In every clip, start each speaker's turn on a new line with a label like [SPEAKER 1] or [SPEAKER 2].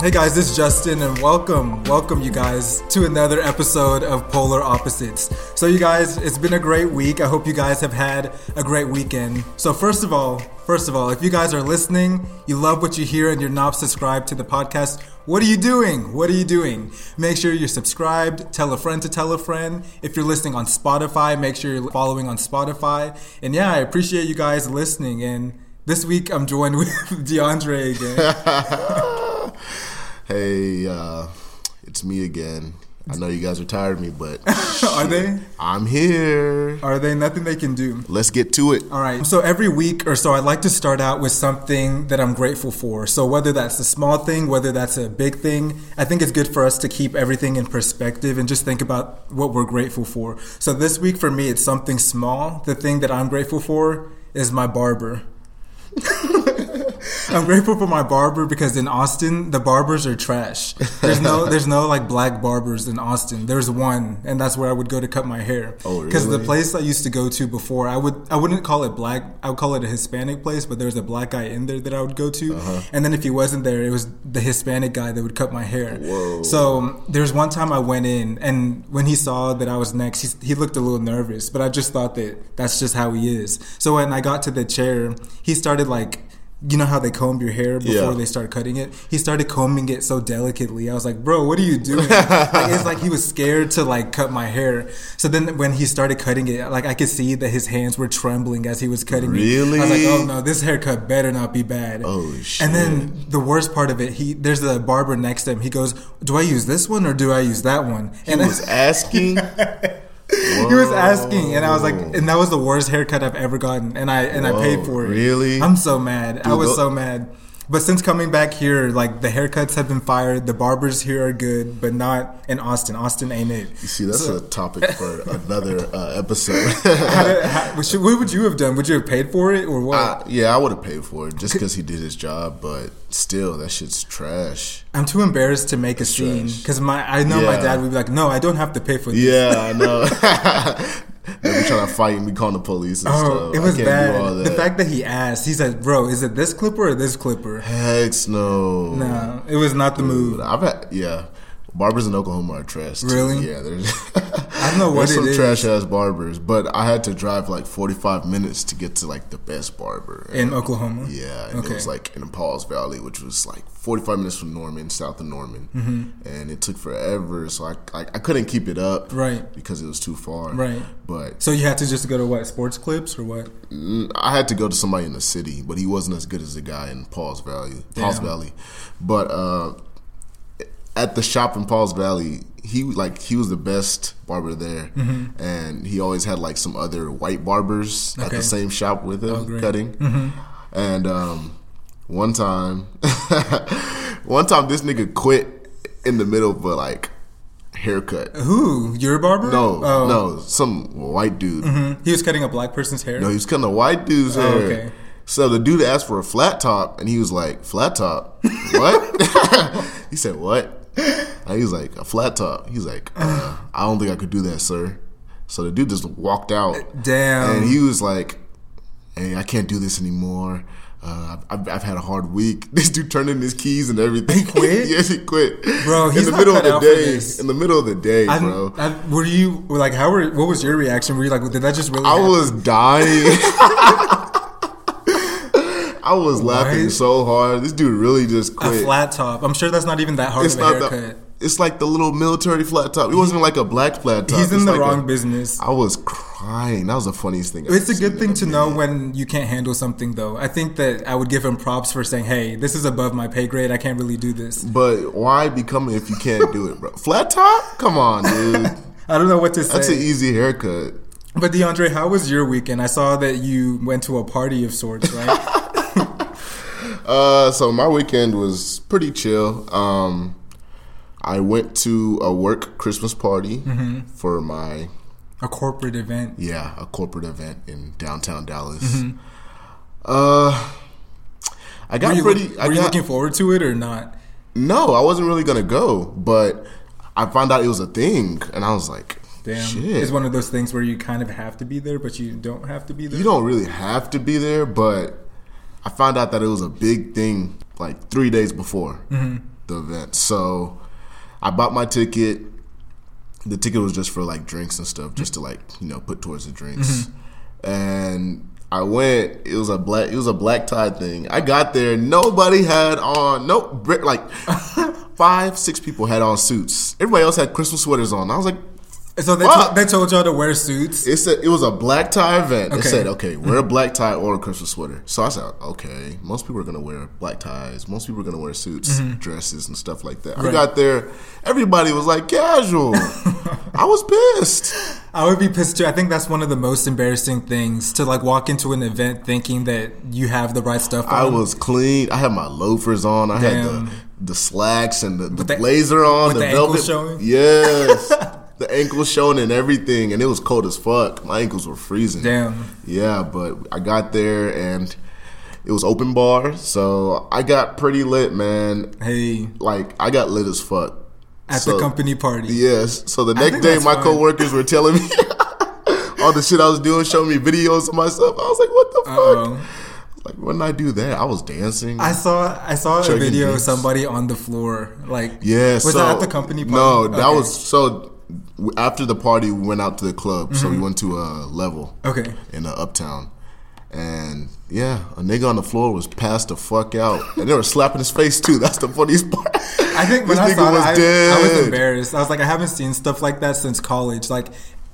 [SPEAKER 1] Hey guys, this is Justin, and welcome, welcome you guys to another episode of Polar Opposites. So, you guys, it's been a great week. I hope you guys have had a great weekend. So, first of all, first of all, if you guys are listening, you love what you hear, and you're not subscribed to the podcast, what are you doing? What are you doing? Make sure you're subscribed. Tell a friend to tell a friend. If you're listening on Spotify, make sure you're following on Spotify. And yeah, I appreciate you guys listening. And this week, I'm joined with DeAndre again.
[SPEAKER 2] Hey, uh, it's me again. I know you guys are tired of me, but
[SPEAKER 1] Are they?
[SPEAKER 2] I'm here.
[SPEAKER 1] Are they nothing they can do?
[SPEAKER 2] Let's get to it.
[SPEAKER 1] All right. So every week or so, I like to start out with something that I'm grateful for. So whether that's a small thing, whether that's a big thing, I think it's good for us to keep everything in perspective and just think about what we're grateful for. So this week for me, it's something small. The thing that I'm grateful for is my barber. I'm grateful for my barber because in Austin the barbers are trash. There's no there's no like black barbers in Austin. There's one, and that's where I would go to cut my hair.
[SPEAKER 2] Oh,
[SPEAKER 1] the
[SPEAKER 2] really?
[SPEAKER 1] place I used to go to before, I would I wouldn't call it black. I would call it a Hispanic place, but there was a black guy in there that I would go to. And then if he wasn't there, it was the Hispanic guy that would cut my hair.
[SPEAKER 2] Whoa.
[SPEAKER 1] So um, there was one time I went in, and when he saw that I was next, he, he looked a little nervous. But I just thought that that's just how he is. So when I got to the chair, he started like. You know how they comb your hair before
[SPEAKER 2] Yeah.
[SPEAKER 1] they start cutting it? He started combing it so delicately. I was like, bro, what are you doing? like, it's like he was scared to like cut my hair. So then when he started cutting it, like I could see that his hands were trembling as he was cutting me. I was
[SPEAKER 2] Really?
[SPEAKER 1] like, oh no, this haircut better not be bad.
[SPEAKER 2] Oh,
[SPEAKER 1] And then the worst part of it, he there's a barber next to him. He goes, "Do I use this one or do I use that one?" And
[SPEAKER 2] He was asking.
[SPEAKER 1] he was asking, and I was like, "And that was the worst haircut I've ever gotten." And I and I paid for it.
[SPEAKER 2] really?
[SPEAKER 1] I'm so mad. I
[SPEAKER 2] Dude,
[SPEAKER 1] was
[SPEAKER 2] tho-
[SPEAKER 1] so mad. But since coming back here, like the haircuts have been fired. The barbers here are good, but not in Austin. Austin ain't it.
[SPEAKER 2] See, that's a topic for another uh, episode.
[SPEAKER 1] How did- how- what should- what would you have done? Would you have paid for it or what?
[SPEAKER 2] I- Uh, yeah, I would have paid for it just because he did his job, but still, that shit's trash.
[SPEAKER 1] I'm too embarrassed to make a scene
[SPEAKER 2] trash.
[SPEAKER 1] because my I know my
[SPEAKER 2] Yeah.
[SPEAKER 1] dad would be like, "No, I don't have to pay for this."
[SPEAKER 2] Yeah, I know. they were trying to fight me, calling the police and
[SPEAKER 1] Oh,
[SPEAKER 2] stuff.
[SPEAKER 1] it
[SPEAKER 2] I
[SPEAKER 1] was
[SPEAKER 2] can't do all
[SPEAKER 1] bad. The
[SPEAKER 2] that.
[SPEAKER 1] fact that he asked, he said, "Bro, is it this clipper or this clipper?"
[SPEAKER 2] Heck no.
[SPEAKER 1] No, it was not the
[SPEAKER 2] But
[SPEAKER 1] move.
[SPEAKER 2] I've had yeah. Barbers in Oklahoma are trash. Too.
[SPEAKER 1] Really?
[SPEAKER 2] Yeah, there's.
[SPEAKER 1] I don't know what
[SPEAKER 2] there's some
[SPEAKER 1] it is.
[SPEAKER 2] trash ass barbers, but I had to drive like 45 minutes to get to like the best barber.
[SPEAKER 1] in Oklahoma.
[SPEAKER 2] yeah, and
[SPEAKER 1] okay.
[SPEAKER 2] it was like in Paul's Valley, which was like 45 minutes from Norman, south of Norman,
[SPEAKER 1] Mm-hmm.
[SPEAKER 2] and it took forever. So I, I I couldn't keep it up,
[SPEAKER 1] Right.
[SPEAKER 2] Because it was too far,
[SPEAKER 1] Right.
[SPEAKER 2] But
[SPEAKER 1] So you had to just go to what sports clips or what?
[SPEAKER 2] Mm, I had to go to somebody in the city, but he wasn't as good as the guy in Paul's Valley. Paul's
[SPEAKER 1] Damn.
[SPEAKER 2] Valley, but uh, at the shop in Paul's Valley, he like he was the best barber there, and he always had like some other white barbers at
[SPEAKER 1] Mm-hmm. Okay. Oh,
[SPEAKER 2] the same shop with him
[SPEAKER 1] great. Mm-hmm.
[SPEAKER 2] cutting. And um, one time, one time this nigga quit in the middle of a like haircut.
[SPEAKER 1] Who? Your barber?
[SPEAKER 2] No,
[SPEAKER 1] Uh, Oh,
[SPEAKER 2] no, some white dude.
[SPEAKER 1] mhm. He was cutting a black person's hair.
[SPEAKER 2] No, he was cutting a white dude's hair.
[SPEAKER 1] Oh, okay.
[SPEAKER 2] So the dude asked for a flat top, and he was like, "Flat top? What?" he said, "What?" And he was like, "A flat top." He's like, uh, "I don't think I could do that, sir." So the dude just walked out,
[SPEAKER 1] Damn.
[SPEAKER 2] and he was like, "Hey, I can't do this anymore. Uh, I've, I've- I've had a hard week." This dude turned in his keys and everything. He
[SPEAKER 1] quit?
[SPEAKER 2] yes, he quit.
[SPEAKER 1] Bro, he's
[SPEAKER 2] in the
[SPEAKER 1] not
[SPEAKER 2] middle
[SPEAKER 1] cut
[SPEAKER 2] of the
[SPEAKER 1] out for
[SPEAKER 2] day.
[SPEAKER 1] this.
[SPEAKER 2] In the middle of the day,
[SPEAKER 1] I-
[SPEAKER 2] bro.
[SPEAKER 1] I- were you were like how were what was your reaction? Were you like did that just really?
[SPEAKER 2] I
[SPEAKER 1] happen?
[SPEAKER 2] was dying. I was laughing
[SPEAKER 1] Right?
[SPEAKER 2] so hard. This dude really just
[SPEAKER 1] a
[SPEAKER 2] quit.
[SPEAKER 1] flat top. I'm sure that's not even that hard
[SPEAKER 2] it's
[SPEAKER 1] of a
[SPEAKER 2] not
[SPEAKER 1] haircut.
[SPEAKER 2] the, It's like the little military flat top. It wasn't even like a black flat top.
[SPEAKER 1] He's in
[SPEAKER 2] It's
[SPEAKER 1] the
[SPEAKER 2] like
[SPEAKER 1] wrong
[SPEAKER 2] a-
[SPEAKER 1] business.
[SPEAKER 2] I was crying. That was the funniest thing. I've
[SPEAKER 1] It's a
[SPEAKER 2] seen
[SPEAKER 1] good
[SPEAKER 2] in
[SPEAKER 1] thing
[SPEAKER 2] a
[SPEAKER 1] to know
[SPEAKER 2] minute.
[SPEAKER 1] when you can't handle something, though. I think that I would give him props for saying, "Hey, this is above my pay grade. I can't really do this."
[SPEAKER 2] But why become it if you can't do it, bro? Flat top? Come on, dude.
[SPEAKER 1] I don't know what to
[SPEAKER 2] That's an
[SPEAKER 1] say.
[SPEAKER 2] easy haircut.
[SPEAKER 1] but DeAndre, how was your weekend? I saw that you went to a party of sorts, right?
[SPEAKER 2] Uh, so my weekend was pretty chill. Um, I went to a work Christmas party
[SPEAKER 1] Mm-hmm.
[SPEAKER 2] for my
[SPEAKER 1] a corporate event.
[SPEAKER 2] Yeah, a corporate event in downtown Dallas. Uh,
[SPEAKER 1] Mm-hmm. Were
[SPEAKER 2] I got
[SPEAKER 1] you,
[SPEAKER 2] pretty.
[SPEAKER 1] were
[SPEAKER 2] I
[SPEAKER 1] you
[SPEAKER 2] got,
[SPEAKER 1] looking forward to it or not?
[SPEAKER 2] no, I wasn't really gonna go, but I found out it was a thing, and I was like,
[SPEAKER 1] Damn,
[SPEAKER 2] shit.
[SPEAKER 1] it's one of those things where you kind of have to be there, but you don't have to be there.
[SPEAKER 2] you don't really have to be there, but I found out that it was a big thing like three days before. the event. So I bought my ticket. The ticket was just for like drinks and stuff, just to like you know put towards the drinks. And I went. It was a black. It was a black tie thing. I got there. Nobody had on. No, br- like five, six people had on suits. Everybody else had Christmas sweaters on. I was like,
[SPEAKER 1] So they,
[SPEAKER 2] Fuck.
[SPEAKER 1] to- they told y'all to wear suits.
[SPEAKER 2] it said it was a black tie event. It
[SPEAKER 1] Okay.
[SPEAKER 2] said, okay, wear a black tie or a Christmas sweater. So I said, okay, most people are gonna wear black ties. Most people are gonna wear suits, dresses, and stuff like that. I
[SPEAKER 1] Mm-hmm. Right.
[SPEAKER 2] got there, everybody was like casual. I was pissed.
[SPEAKER 1] I would be pissed too. I think that's one of the most embarrassing things to like walk into an event thinking that you have the right stuff.
[SPEAKER 2] I
[SPEAKER 1] on.
[SPEAKER 2] was clean. I had my loafers on. I
[SPEAKER 1] Um,
[SPEAKER 2] had
[SPEAKER 1] Damn.
[SPEAKER 2] the the slacks and the, the,
[SPEAKER 1] the-
[SPEAKER 2] blazer on.
[SPEAKER 1] with the ankle
[SPEAKER 2] velvet
[SPEAKER 1] showing?
[SPEAKER 2] Yes. The ankle showing and everything, and it was cold as fuck. My ankles were freezing.
[SPEAKER 1] Damn.
[SPEAKER 2] Yeah, but I got there and it was open bar, so I got pretty lit, man.
[SPEAKER 1] Hey,
[SPEAKER 2] Like I got lit as fuck.
[SPEAKER 1] at
[SPEAKER 2] So-
[SPEAKER 1] the company party.
[SPEAKER 2] Yes. So the
[SPEAKER 1] think
[SPEAKER 2] next day,
[SPEAKER 1] that's
[SPEAKER 2] my
[SPEAKER 1] fine.
[SPEAKER 2] coworkers were telling me all the shit I was doing, showing me videos of myself. I was like, what the
[SPEAKER 1] Uh-oh.
[SPEAKER 2] fuck? Like, when I do that, I was dancing.
[SPEAKER 1] I saw I saw a
[SPEAKER 2] Chugging
[SPEAKER 1] video of
[SPEAKER 2] drinks.
[SPEAKER 1] somebody on the floor. Like
[SPEAKER 2] Yeah,
[SPEAKER 1] was
[SPEAKER 2] so,
[SPEAKER 1] that at the company party?
[SPEAKER 2] No, that
[SPEAKER 1] Okay.
[SPEAKER 2] was so. w- After the party, we went out to the club. So we went to a level
[SPEAKER 1] Mm-hmm. Okay.
[SPEAKER 2] in the uptown, and yeah, a nigga on the floor was passed the fuck out, and they were slapping his face too. That's the funniest part.
[SPEAKER 1] I think when
[SPEAKER 2] this
[SPEAKER 1] I
[SPEAKER 2] nigga
[SPEAKER 1] saw
[SPEAKER 2] was
[SPEAKER 1] that, I, I
[SPEAKER 2] dead.
[SPEAKER 1] was embarrassed. I was like, I haven't seen stuff like that since college. Like,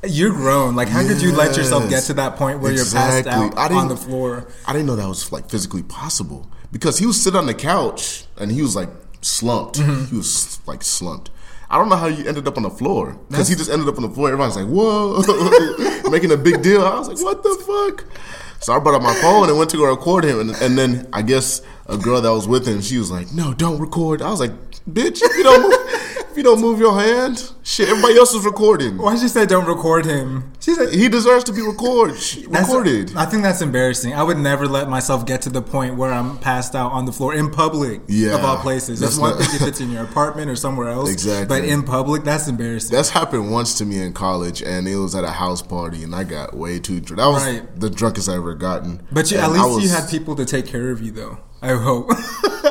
[SPEAKER 1] you're grown. Like, how could you let yourself get
[SPEAKER 2] Yes.
[SPEAKER 1] to that point where
[SPEAKER 2] Exactly.
[SPEAKER 1] you're passed
[SPEAKER 2] I
[SPEAKER 1] out on the
[SPEAKER 2] didn't-
[SPEAKER 1] floor?
[SPEAKER 2] I didn't know that was like physically possible because he was sitting on the couch and he was like slumped.
[SPEAKER 1] Mm-hmm.
[SPEAKER 2] He was like slumped. I don't know how you ended up on the floor because he just ended up on the floor. Everybody's like, "Whoa!" making a big deal. I was like, "What the fuck?" So I brought out my phone and went to go record him, and, and then I guess a girl that was with him, she was like, "No, don't record." I was like, "Bitch, if you don't move, if you don't move your hand, shit, everybody else is recording.
[SPEAKER 1] Why she say don't record him? She said
[SPEAKER 2] He deserves to be record, sh-
[SPEAKER 1] that's-
[SPEAKER 2] recorded."
[SPEAKER 1] I think that's embarrassing. I would never let myself get to the point where I'm passed out on the floor in public.
[SPEAKER 2] Yeah.
[SPEAKER 1] of all places. That's
[SPEAKER 2] That's
[SPEAKER 1] one
[SPEAKER 2] not-
[SPEAKER 1] thing if it's in your apartment or somewhere else.
[SPEAKER 2] Exactly.
[SPEAKER 1] But in public, that's embarrassing.
[SPEAKER 2] That's happened once to me in college, and it was at a house party, and I got way too drunk. That was
[SPEAKER 1] Right.
[SPEAKER 2] the drunkest I ever gotten.
[SPEAKER 1] but you, at
[SPEAKER 2] And I
[SPEAKER 1] least you
[SPEAKER 2] was-
[SPEAKER 1] had people to take care of you, though. I hope.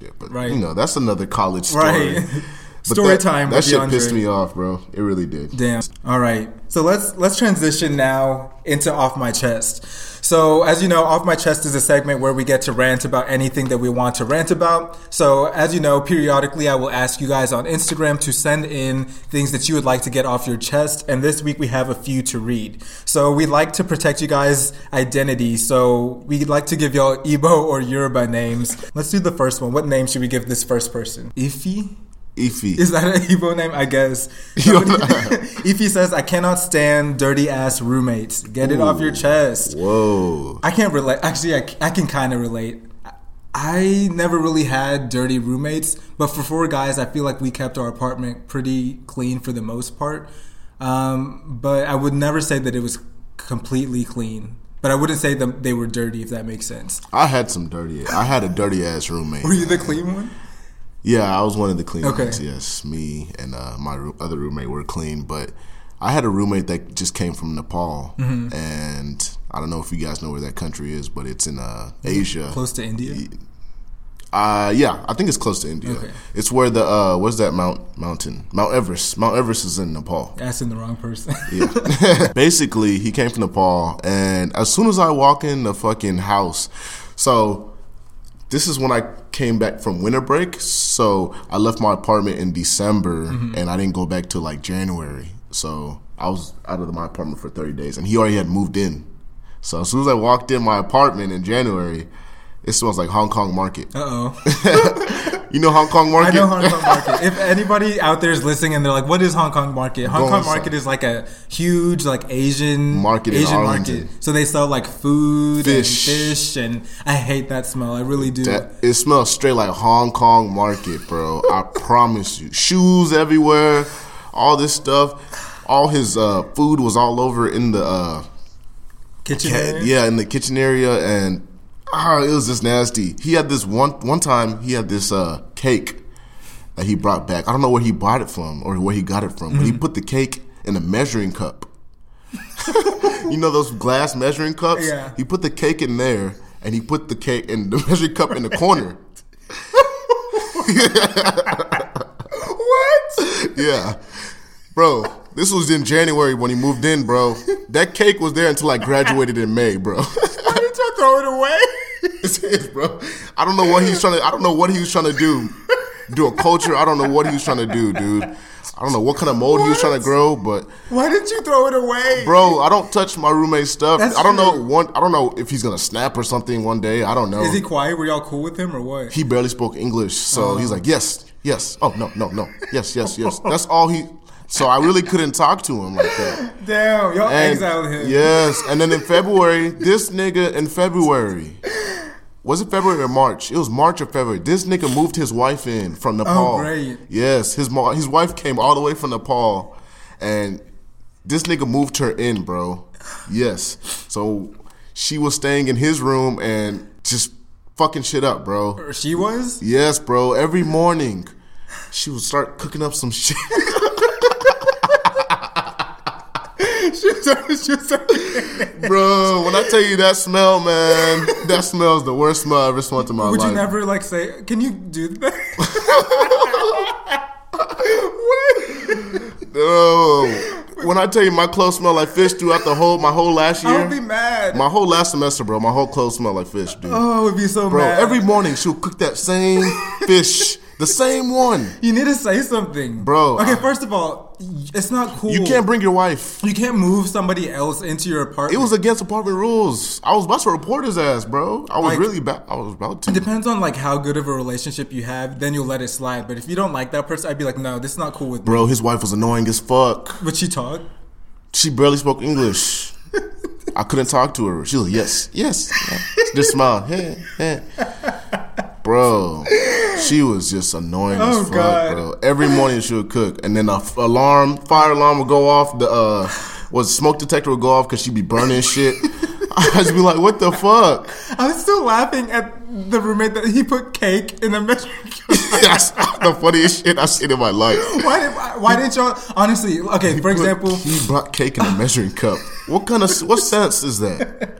[SPEAKER 2] yeah, but,
[SPEAKER 1] right.
[SPEAKER 2] You know, that's another college story.
[SPEAKER 1] right. Story
[SPEAKER 2] that,
[SPEAKER 1] time.
[SPEAKER 2] That
[SPEAKER 1] with
[SPEAKER 2] shit
[SPEAKER 1] DeAndre.
[SPEAKER 2] pissed me off, bro. It really did.
[SPEAKER 1] Damn. All right. So let's let's transition now into off my chest. So as you know, off my chest is a segment where we get to rant about anything that we want to rant about. So as you know, periodically I will ask you guys on Instagram to send in things that you would like to get off your chest, and this week we have a few to read. So we like to protect you guys' identity, so we'd like to give y'all Igbo or Yoruba names. Let's do the first one. What name should we give this first person? Ifi.
[SPEAKER 2] Iffy.
[SPEAKER 1] Is that an Igbo name? I guess. Somebody, if he says, I cannot stand dirty ass roommates, get it off your
[SPEAKER 2] Ooh.
[SPEAKER 1] chest.
[SPEAKER 2] Whoa.
[SPEAKER 1] I can't relate. Actually, I, I can kind of relate. I- I never really had dirty roommates, but for four guys, I feel like we kept our apartment pretty clean for the most part. Um, but I would never say that it was completely clean. But I wouldn't say that they were dirty, if that makes sense.
[SPEAKER 2] I had some dirty. I had a dirty ass roommate.
[SPEAKER 1] Were you the clean one?
[SPEAKER 2] Yeah, I was one of the clean
[SPEAKER 1] Okay.
[SPEAKER 2] ones. Yes, me and uh, my roo- other roommate were clean, but I had a roommate that just came from Nepal,
[SPEAKER 1] Mm-hmm.
[SPEAKER 2] and I don't know if you guys know where that country is, but it's in uh, Asia.
[SPEAKER 1] Close to India?
[SPEAKER 2] Uh, yeah, I think it's close to India.
[SPEAKER 1] Okay.
[SPEAKER 2] It's where the uh, what's that mount mountain? Mount Everest. Mount Everest is in Nepal.
[SPEAKER 1] Asking the wrong person.
[SPEAKER 2] Yeah. Basically, he came from Nepal, and as soon as I walk in the fucking house, so this is when I came back from winter break. So I left my apartment in December,
[SPEAKER 1] Mm-hmm.
[SPEAKER 2] and I didn't go back till like January. So I was out of my apartment for thirty days, and he already had moved in. So as soon as I walked in my apartment in January, it smells like Hong Kong market.
[SPEAKER 1] Uh oh.
[SPEAKER 2] You know Hong Kong
[SPEAKER 1] I
[SPEAKER 2] market?
[SPEAKER 1] know Hong Kong market. if anybody out there is listening and they're like, "What is Hong Kong market?" Hong
[SPEAKER 2] Go
[SPEAKER 1] Kong
[SPEAKER 2] inside.
[SPEAKER 1] market is like a huge like Asian
[SPEAKER 2] Market in
[SPEAKER 1] Asian
[SPEAKER 2] Arlington.
[SPEAKER 1] So they sell like food
[SPEAKER 2] Fish.
[SPEAKER 1] and fish, and I hate that smell. I really do.
[SPEAKER 2] That- it smells straight like Hong Kong market, bro. I promise you. Shoes everywhere, all this stuff. All his uh, food was all over in the uh,
[SPEAKER 1] Kitchen.
[SPEAKER 2] ca-
[SPEAKER 1] area?
[SPEAKER 2] yeah in the kitchen area, and ah, it was just nasty. He had this one one time. He had this uh, cake that he brought back. I don't know where he bought it from or where he got it from, but
[SPEAKER 1] Mm.
[SPEAKER 2] he put the cake in a measuring cup. you know those glass measuring cups?
[SPEAKER 1] Yeah.
[SPEAKER 2] He put the cake in there, and he put the cake and the measuring cup in the corner.
[SPEAKER 1] what?
[SPEAKER 2] yeah. Bro, this was in January when he moved in, bro. That cake was there until I graduated in May, bro.
[SPEAKER 1] Why did you throw it away?
[SPEAKER 2] It's his, bro. I don't know what he's trying to. I don't know what he was trying to do. Do a culture. I don't know what he was trying to do, dude. I don't know what kind of mold he was trying to grow, but
[SPEAKER 1] Why didn't you throw it away?
[SPEAKER 2] bro, I don't touch my roommate's stuff.
[SPEAKER 1] That's
[SPEAKER 2] I don't
[SPEAKER 1] true.
[SPEAKER 2] know one. I don't know if he's gonna snap or something one day. I don't know.
[SPEAKER 1] Is he Oh.
[SPEAKER 2] He-,
[SPEAKER 1] quiet? Were y'all cool with him or what?
[SPEAKER 2] barely spoke English, so he's like, yes, yes. Oh no, no, no. Yes, yes, yes. That's all he. So I really couldn't talk to him like that.
[SPEAKER 1] Damn, y'all
[SPEAKER 2] And-
[SPEAKER 1] exiled him.
[SPEAKER 2] Yes, and then in February, this nigga in February. Was it February or March? It was March or February. This nigga moved his wife in from Nepal.
[SPEAKER 1] great.
[SPEAKER 2] Yes, his mo- his wife came all the way from Nepal, and this nigga moved her in, bro. Yes, so she was staying in his room and just fucking shit up, bro.
[SPEAKER 1] She was?
[SPEAKER 2] Yes, bro. Every morning, she would start cooking up some shit. bro, when I tell you that smell, man, that smells the worst smell I ever smelled in my
[SPEAKER 1] Would
[SPEAKER 2] life.
[SPEAKER 1] you never like say, can you do that?
[SPEAKER 2] Oh, when I tell you my clothes smell like fish throughout the whole my whole last
[SPEAKER 1] I would be
[SPEAKER 2] year,
[SPEAKER 1] mad.
[SPEAKER 2] my whole last semester, bro, my whole clothes smell like fish, dude.
[SPEAKER 1] oh, I would be so
[SPEAKER 2] bro,
[SPEAKER 1] mad.
[SPEAKER 2] every morning she would cook that same fish, the same one.
[SPEAKER 1] you need to say something.
[SPEAKER 2] Bro,
[SPEAKER 1] Okay,
[SPEAKER 2] I-
[SPEAKER 1] first of all, it's not cool.
[SPEAKER 2] You can't bring your wife.
[SPEAKER 1] You can't move somebody else into your apartment.
[SPEAKER 2] It was against apartment rules. I was about to report his ass, bro. I was
[SPEAKER 1] Like-
[SPEAKER 2] really bad. I was about
[SPEAKER 1] It
[SPEAKER 2] to.
[SPEAKER 1] depends on like how good of a relationship you have, then you'll let it slide. But if you don't like that person, I'd be like, no, this is not cool with me.
[SPEAKER 2] Bro, his wife was annoying as fuck.
[SPEAKER 1] But she talked.
[SPEAKER 2] She barely spoke English. I couldn't talk to her. She was like, yes, yes. yeah." Just smile. Yeah, yeah. Bro, she was just annoying
[SPEAKER 1] Oh,
[SPEAKER 2] as fuck,
[SPEAKER 1] God.
[SPEAKER 2] bro. Every morning she would cook, and then a f- alarm, fire alarm would go off. The uh, was smoke detector would go off because she'd be burning shit. I'd just be like, what the fuck?
[SPEAKER 1] I'm still laughing at the roommate that he put cake in the measuring cup.
[SPEAKER 2] That's the funniest shit I've seen in my life.
[SPEAKER 1] Why did why didn't y'all honestly? Okay, for
[SPEAKER 2] Look,
[SPEAKER 1] example,
[SPEAKER 2] he brought cake in a measuring cup. What kind of what sense is that?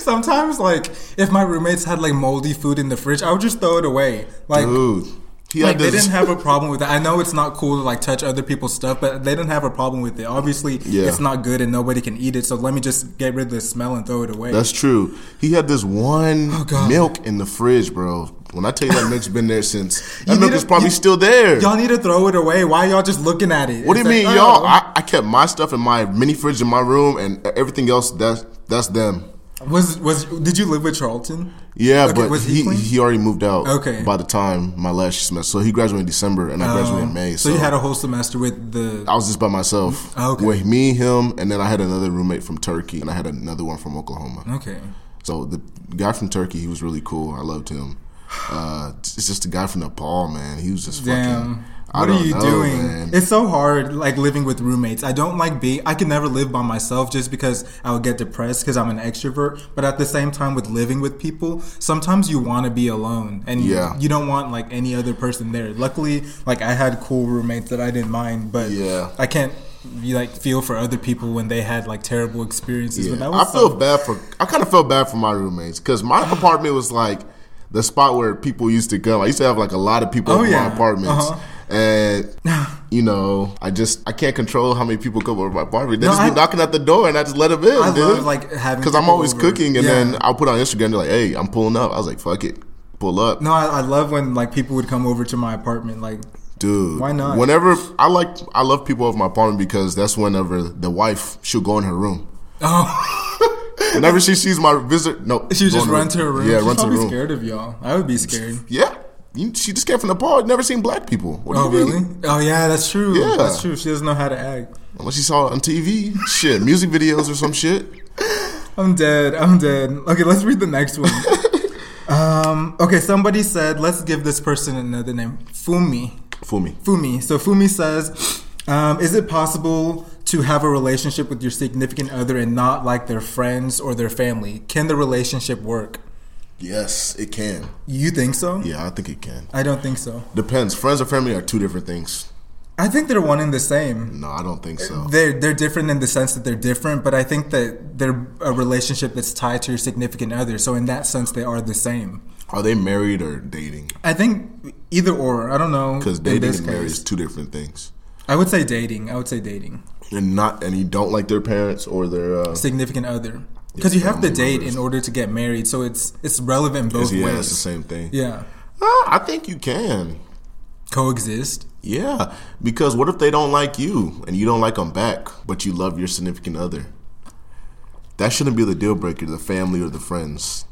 [SPEAKER 1] sometimes like if my roommates had like moldy food in the fridge, I would just throw it away. Like.
[SPEAKER 2] Dude, he
[SPEAKER 1] Like
[SPEAKER 2] had
[SPEAKER 1] they
[SPEAKER 2] this.
[SPEAKER 1] didn't have a problem with it. I know it's not cool to like touch other people's stuff, but they didn't have a problem with it. Obviously,
[SPEAKER 2] Yeah.
[SPEAKER 1] it's not good and nobody can eat it. So let me just get rid of the smell and throw it away.
[SPEAKER 2] that's true. He had this one
[SPEAKER 1] Oh, God.
[SPEAKER 2] milk in the fridge, bro. When I tell you that milk's been there since, that
[SPEAKER 1] You
[SPEAKER 2] milk
[SPEAKER 1] need
[SPEAKER 2] is
[SPEAKER 1] to-
[SPEAKER 2] probably
[SPEAKER 1] you-
[SPEAKER 2] still there.
[SPEAKER 1] Y'all need to throw it away. Why y'all just looking at it?
[SPEAKER 2] What do you
[SPEAKER 1] It's
[SPEAKER 2] mean,
[SPEAKER 1] like,
[SPEAKER 2] y'all?
[SPEAKER 1] oh.
[SPEAKER 2] I, I kept my stuff in my mini fridge in my room, and everything else that's that's them.
[SPEAKER 1] was was did you live with Charlton?
[SPEAKER 2] Yeah,
[SPEAKER 1] Okay,
[SPEAKER 2] but
[SPEAKER 1] was he
[SPEAKER 2] he, he,
[SPEAKER 1] clean?
[SPEAKER 2] already moved out.
[SPEAKER 1] Okay. Oh.
[SPEAKER 2] By the time my last semester, so he graduated in December, and I graduated in May.
[SPEAKER 1] Um, So,
[SPEAKER 2] So,
[SPEAKER 1] you had a whole semester with the.
[SPEAKER 2] I was just by myself.
[SPEAKER 1] Oh, okay.
[SPEAKER 2] With me, him, and then I had another roommate from Turkey, and I had another one from Oklahoma.
[SPEAKER 1] Okay.
[SPEAKER 2] So the guy from Turkey, he was really cool. I loved him. Uh, it's just the guy from Nepal, man. He was just
[SPEAKER 1] Damn.
[SPEAKER 2] fucking. I
[SPEAKER 1] What are
[SPEAKER 2] don't
[SPEAKER 1] you
[SPEAKER 2] know,
[SPEAKER 1] doing?
[SPEAKER 2] man.
[SPEAKER 1] It's so hard, like living with roommates. I don't like being. I could never live by myself just because I would get depressed because I'm an extrovert. But at the same time, with living with people, sometimes you want to be alone and you-
[SPEAKER 2] Yeah.
[SPEAKER 1] you, don't want like any other person there. Luckily, like I had cool roommates that I didn't mind, but
[SPEAKER 2] Yeah.
[SPEAKER 1] I can't you like feel for other people when they had like terrible experiences. But
[SPEAKER 2] Yeah.
[SPEAKER 1] that
[SPEAKER 2] I
[SPEAKER 1] was
[SPEAKER 2] feel
[SPEAKER 1] so-
[SPEAKER 2] bad for. I kind of felt bad for my roommates because my apartment was like the spot where people used to go. I used to have like a lot of people
[SPEAKER 1] Oh,
[SPEAKER 2] in
[SPEAKER 1] yeah.
[SPEAKER 2] my apartments.
[SPEAKER 1] Uh-huh.
[SPEAKER 2] And you know, I just I can't control how many people come over my apartment. They
[SPEAKER 1] No,
[SPEAKER 2] just be
[SPEAKER 1] I-
[SPEAKER 2] knocking at the door, and I just let them in.
[SPEAKER 1] I
[SPEAKER 2] dude.
[SPEAKER 1] love, like, having
[SPEAKER 2] because I'm
[SPEAKER 1] people
[SPEAKER 2] always
[SPEAKER 1] over.
[SPEAKER 2] cooking, and
[SPEAKER 1] Yeah.
[SPEAKER 2] then I'll put on Instagram. They're like, "Hey, I'm pulling up." I was like, "Fuck it, pull up."
[SPEAKER 1] No, I, I love when like people would come over to my apartment. Like,
[SPEAKER 2] Dude,
[SPEAKER 1] Why not?
[SPEAKER 2] Whenever I like, I love people of my apartment because that's whenever the wife she'll go in her room.
[SPEAKER 1] oh,
[SPEAKER 2] Whenever she sees my visit, no,
[SPEAKER 1] she would
[SPEAKER 2] go
[SPEAKER 1] just
[SPEAKER 2] in her
[SPEAKER 1] run to her room.
[SPEAKER 2] Yeah,
[SPEAKER 1] She's
[SPEAKER 2] run to her
[SPEAKER 1] probably
[SPEAKER 2] room.
[SPEAKER 1] scared of y'all. I would be scared.
[SPEAKER 2] Yeah, you, she just came from Nepal. I'd never seen black people. What do
[SPEAKER 1] Oh,
[SPEAKER 2] you mean?
[SPEAKER 1] really? Oh, yeah, that's true.
[SPEAKER 2] Yeah.
[SPEAKER 1] That's true. She doesn't know how to act.
[SPEAKER 2] Unless she saw it on TV, shit, music videos or some shit.
[SPEAKER 1] I'm dead. I'm dead. Okay, let's read the next one. um, okay, somebody said, let's give this person another name Fumi.
[SPEAKER 2] Fool me.
[SPEAKER 1] Fumi. So Fumi says, um, "Is it possible to have a relationship with your significant other and not like their friends or their family? Can the relationship work?
[SPEAKER 2] Yes, it can.
[SPEAKER 1] You think so?
[SPEAKER 2] Yeah, I think it can.
[SPEAKER 1] I don't think so.
[SPEAKER 2] Depends. Friends or family are two different things.
[SPEAKER 1] I think they're one and the same.
[SPEAKER 2] No, I don't think so.
[SPEAKER 1] They're they're different in the sense that they're different, but I think that they're a relationship that's tied to your significant other. So in that sense, they are the same.
[SPEAKER 2] Are they married or dating?
[SPEAKER 1] I think either or. I don't know.
[SPEAKER 2] Because
[SPEAKER 1] in
[SPEAKER 2] dating
[SPEAKER 1] this
[SPEAKER 2] and marriage
[SPEAKER 1] case.
[SPEAKER 2] is two different things.
[SPEAKER 1] I would say dating. I would say dating.
[SPEAKER 2] And not and you don't like their parents or their uh,
[SPEAKER 1] Significant other. Because you have to
[SPEAKER 2] family
[SPEAKER 1] date
[SPEAKER 2] members.
[SPEAKER 1] in order to get married, so it's it's relevant both
[SPEAKER 2] yeah, it's the
[SPEAKER 1] ways.
[SPEAKER 2] same thing.
[SPEAKER 1] Yeah,
[SPEAKER 2] Ah, I think you can.
[SPEAKER 1] coexist.
[SPEAKER 2] Yeah, because what if they don't like you and you don't like them back, but you love your significant other? That shouldn't be the deal breaker, the family or the friends.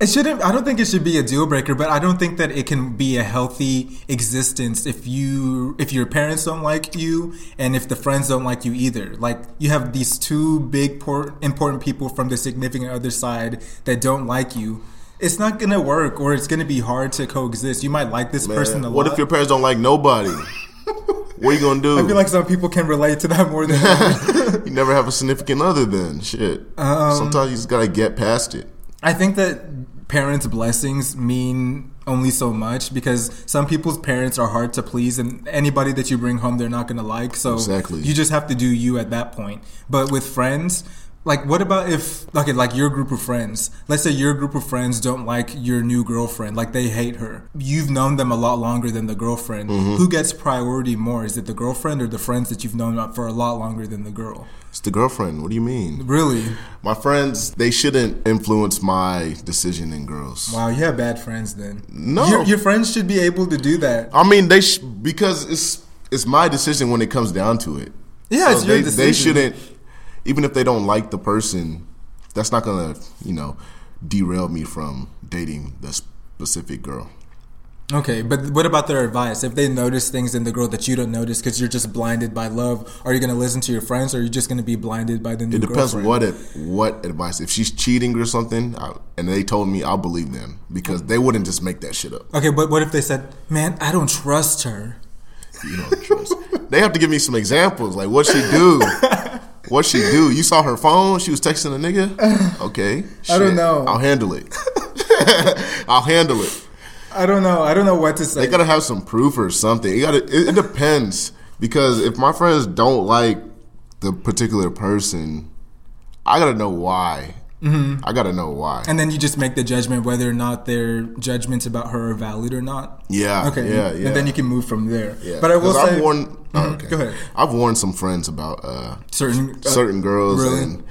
[SPEAKER 1] It shouldn't. I don't think it should be a deal breaker, but I don't think that it can be a healthy existence if you if your parents don't like you and if the friends don't like you either. Like you have these two big por- important people from the significant other side that don't like you. It's not gonna work, or it's gonna be hard to coexist. You might like this person a
[SPEAKER 2] what
[SPEAKER 1] lot.
[SPEAKER 2] if your parents don't like nobody? what are you gonna do?
[SPEAKER 1] I feel like some people can relate to that more than others.
[SPEAKER 2] you never have a significant other then. Shit.
[SPEAKER 1] Um,
[SPEAKER 2] Sometimes you just gotta get past it.
[SPEAKER 1] I think that parents' blessings mean only so much because some people's parents are hard to please, and anybody that you bring home, they're not going to like. So
[SPEAKER 2] Exactly.
[SPEAKER 1] you just have to do you at that point. But with friends, like what about if okay, like your group of friends? Let's say your group of friends don't like your new girlfriend, like they hate her. You've known them a lot longer than the girlfriend. Who gets priority more? Is it the girlfriend or the friends that you've known for a lot longer than the girl?
[SPEAKER 2] It's the girlfriend. What do you mean?
[SPEAKER 1] Really?
[SPEAKER 2] My friends, they shouldn't influence my decision in girls.
[SPEAKER 1] Wow, you have bad friends then.
[SPEAKER 2] No.
[SPEAKER 1] your, your friends should be able to do that.
[SPEAKER 2] I mean, they sh- because it's it's my decision when it comes down to it.
[SPEAKER 1] Yeah, it's your
[SPEAKER 2] they,
[SPEAKER 1] decision.
[SPEAKER 2] they shouldn't, even if they don't like the person, that's not gonna you know derail me from dating the specific girl.
[SPEAKER 1] Okay, but what about their advice? If they notice things in the girl that you don't notice because you're just blinded by love, are you going to listen to your friends, or are you just going to be blinded by the new
[SPEAKER 2] It depends
[SPEAKER 1] girlfriend?
[SPEAKER 2] what if, what advice. If she's cheating or something, I, and they told me, I'll believe them because they wouldn't just make that shit up.
[SPEAKER 1] Okay, but what if they said, "Man, I don't trust her."
[SPEAKER 2] You know, trust. they have to give me some examples, like what she do. What she do? You saw her phone. She was texting a nigga. Okay,
[SPEAKER 1] I don't
[SPEAKER 2] shit.
[SPEAKER 1] know.
[SPEAKER 2] I'll handle it. I'll handle it.
[SPEAKER 1] I don't know. I don't know what to say.
[SPEAKER 2] They gotta have some proof or something. You gotta. It, it depends because if my friends don't like the particular person, I gotta know why. Mm-hmm. I gotta know why.
[SPEAKER 1] and then you just make the judgment whether or not their judgments about her are valid or not.
[SPEAKER 2] yeah.
[SPEAKER 1] Okay.
[SPEAKER 2] Yeah.
[SPEAKER 1] and-
[SPEAKER 2] Yeah.
[SPEAKER 1] And then you can move from there.
[SPEAKER 2] yeah.
[SPEAKER 1] But I will
[SPEAKER 2] 'Cause I've
[SPEAKER 1] say Mm-hmm.
[SPEAKER 2] warned, oh, okay.
[SPEAKER 1] Go ahead.
[SPEAKER 2] I've warned some friends about uh,
[SPEAKER 1] certain uh,
[SPEAKER 2] certain girls
[SPEAKER 1] really?
[SPEAKER 2] and